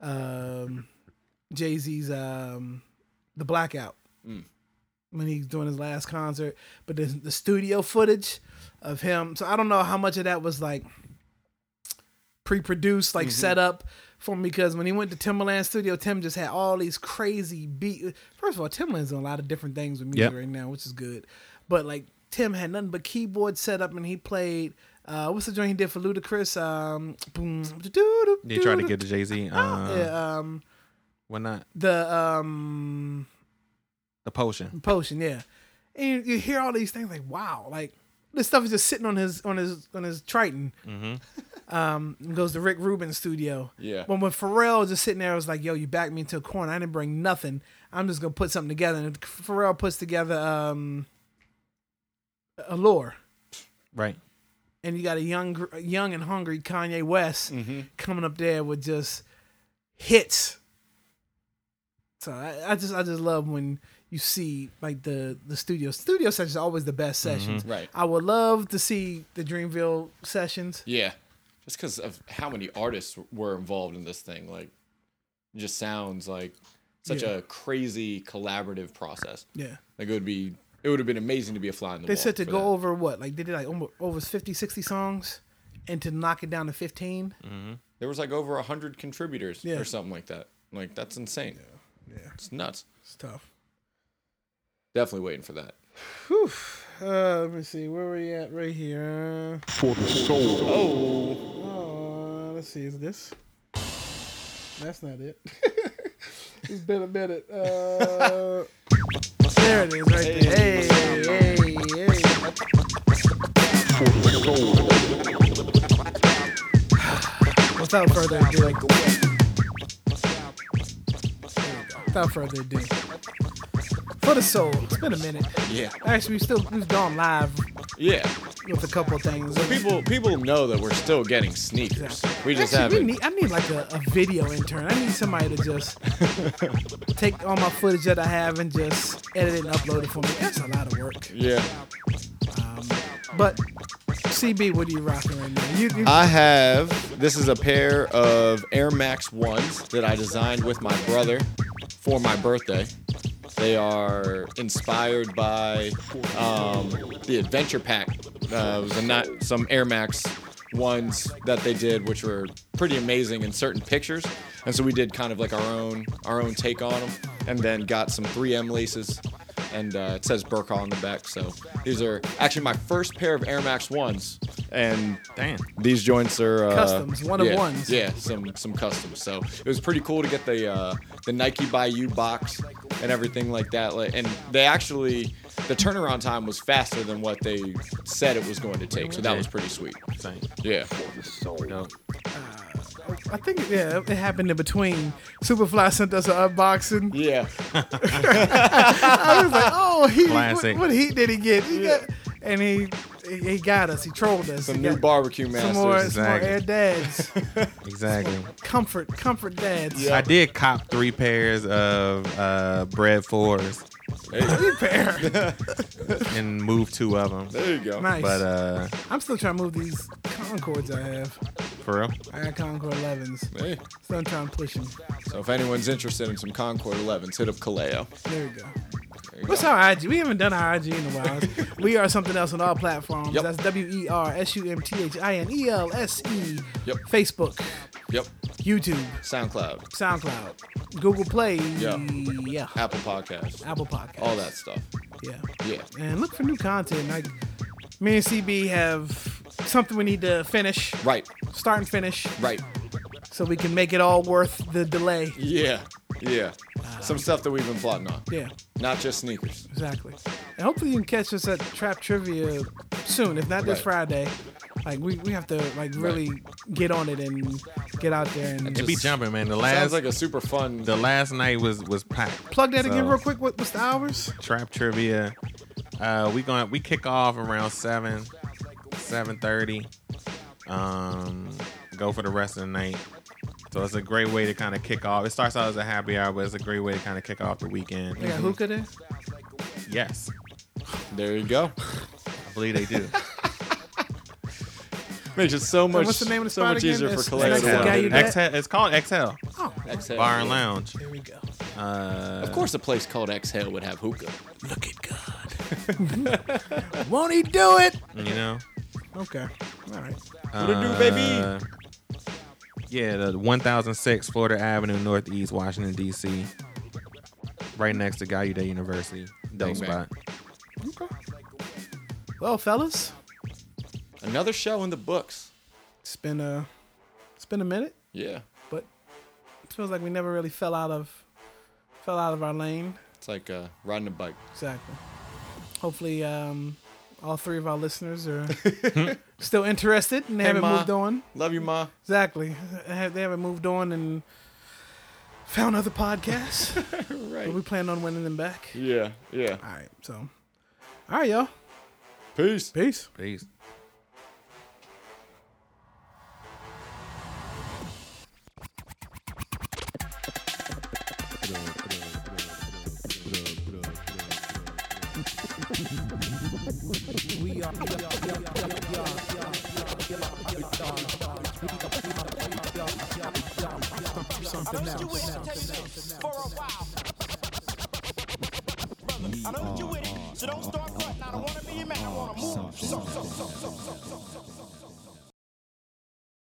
C: um, Jay Z's um, The Blackout
B: Mm.
C: when he's doing his last concert, but there's the studio footage of him. So I don't know how much of that was like pre-produced,
B: Mm-hmm.
C: like set up for him because when he went to Timberland Studio, Tim just had all these crazy beat. First of all, Timberland's doing a lot of different things with music
B: Yep.
C: right now, which is good. But like Tim had nothing but keyboard set up, and he played. Uh, what's the joint he did for Ludacris? Um, boom, doo-doo,
B: They tried to
C: doo-doo.
B: get the Jay Z. Uh,
C: yeah, um,
B: Why not
C: the um
B: the potion?
C: potion, yeah. And you, you hear all these things like, wow, like this stuff is just sitting on his on his on his Triton. Um, and goes to Rick Rubin's studio.
D: Yeah.
C: When when Pharrell was just sitting there, I was like, yo, you backed me into a corner. I didn't bring nothing. I'm just gonna put something together. And Pharrell puts together um, Allure
B: Right.
C: and you got a young, a young and hungry Kanye West
D: Mm-hmm.
C: coming up there with just hits. So I, I just, I just love when you see like the the studio studio sessions are always the best
D: Mm-hmm.
C: sessions.
D: Right.
C: I would love to see the Dreamville sessions.
D: Yeah. Just because of how many artists were involved in this thing, like, it just sounds like such
C: Yeah.
D: a crazy collaborative process.
C: Yeah.
D: Like, it would be, it would have been amazing to be a fly in the
C: They
D: wall.
C: said to
D: for
C: go
D: that.
C: over what like they did like over, over 50, 60 songs, and to knock it down to fifteen.
D: Mm. There was like over 100 contributors
C: Yeah.
D: or something like that. Like, that's insane. Yeah. It's nuts.
C: It's tough.
D: Definitely waiting for that.
C: Uh, let me see where we at right here.
A: For the soul.
D: Oh.
C: Oh, let's see. Is this? That's not it. it's been a minute. Uh, there it is, right there. Hey, hey, hey.
A: For the soul.
C: Without further ado, without further ado, for the soul. It's been a minute.
D: Yeah.
C: Actually, we still we've gone live
D: Yeah.
C: with a couple of things.
D: People people know that we're still getting sneakers. We just
C: Actually, we
D: haven't.
C: need, I need like a, a video intern. I need somebody to just take all my footage that I have and just edit it and upload it for me. That's a lot of work.
D: yeah.
C: But CB, what are you rocking right now? You, you
D: I have this is a pair of Air Max ones that I designed with my brother for my birthday. They are inspired by um, the Adventure Pack. Uh, it was a not some Air Max ones that they did, which were pretty amazing in certain pictures. And so we did kind of like our own our own take on them, and then got some 3M laces and uh, it says Burka on the back. So these are actually my first pair of Air Max ones, and
B: Damn.
D: these joints are uh,
C: Customs, one of
D: yeah,
C: ones.
D: Yeah, some some customs. So it was pretty cool to get the uh, the Nike Bayou box and everything like that. Like, and they actually the turnaround time was faster than what they said it was going to take. So that was pretty sweet.
B: Same.
D: Yeah.
B: Dope.
C: I think yeah, it happened in between. Superfly sent us an unboxing.
D: Yeah.
C: I was like, oh, he, what,
B: Classic.
C: what heat did he get? He got, and he he got us. He trolled us.
D: Some
C: He
D: new
C: got
D: barbecue
C: some more,
D: masters.
C: some more
B: Exactly.
C: air dads.
B: Exactly.
C: comfort, comfort dads.
D: Yeah.
B: I did cop three pairs of uh, bread fours
D: Hey,
B: and moved two of them.
D: there you go.
C: Nice.
B: But uh,
C: I'm still trying to move these Concords I have.
B: for real,
C: I got Concord 11s.
D: Hey.
C: Still trying to push them.
D: So if anyone's interested in some Concord 11s, hit up Kaleo.
C: There we go.
D: There you
C: What's
D: go.
C: our IG? We haven't done our IG in a while. we are something else on all platforms.
D: Yep.
C: That's W E R S U M T H I N E L S E.
D: Yep.
C: Facebook,
D: Yep.
C: YouTube,
D: SoundCloud,
C: SoundCloud, Google Play.
D: Yeah.
C: yeah.
D: Apple Podcasts,
C: Apple Podcast.
D: all that stuff.
C: Yeah.
D: Yeah.
C: And look for new content. Like me and CB have something we need to finish,
D: Right.
C: start and finish,
D: Right.
C: so we can make it all worth the delay.
D: Yeah. Yeah. Some stuff that we've been plotting on.
C: Yeah.
D: Not just sneakers.
C: Exactly. And hopefully you can catch us at Trap Trivia soon, if not this
D: Right.
C: Friday. Like we, we have to like really get on it and get out there and
B: it be jumping, man. The last
D: Sounds like a super fun.
B: the last night was was packed.
C: plug that again
B: So,
C: real quick. What, what's the hours?
B: Trap trivia. Uh, we going to we kick off around seven, seven thirty. Um, go for the rest of the night. So it's a great way to kind of kick off. It starts out as a happy hour, but it's a great way to kind of kick off the weekend.
C: They got hookah there.
B: Yes,
D: there you go.
B: I believe they do.
D: Makes it so much.
C: what's the name of the
D: so
C: spot
D: much
C: again?
D: easier for
C: That's-
D: Kaleo.
C: that's
D: to
C: the guy
D: work.
C: you-
B: Exhale. Exhale. It's called Exhale
C: Oh,
D: Exhale.
B: Bar and Lounge.
C: there we go.
B: Uh,
D: Of course, a place called Exhale would have hookah.
C: Look at God. Won't he do it?
B: you know.
C: Okay. All right.
B: What
D: it do, baby?
B: Yeah, the 1006 Florida Avenue, Northeast, Washington, D.C. Right next to Gallaudet University. Dope
D: Bang, bang.
B: spot.
C: Well, fellas,
D: Another show in the books.
C: it's been a it's been a minute,
D: Yeah.
C: but it feels like we never really fell out of fell out of our lane.
D: It's like uh, riding a bike.
C: Exactly. Hopefully, um, all three of our listeners are still interested and they haven't
D: Ma.
C: moved on.
D: Love you, Ma.
C: Exactly. They have- they haven't moved on and found other podcasts.
D: Right.
C: but we plan on winning them back.
D: Yeah. Yeah.
C: All right. So, all right, y'all.
D: Peace.
C: Peace.
B: Peace.
C: Something else.
E: for a while. Brother, I know what you with it, so don't start cutting. I don't wanna be your man. I wanna move. So, so, so, so, so, so, so.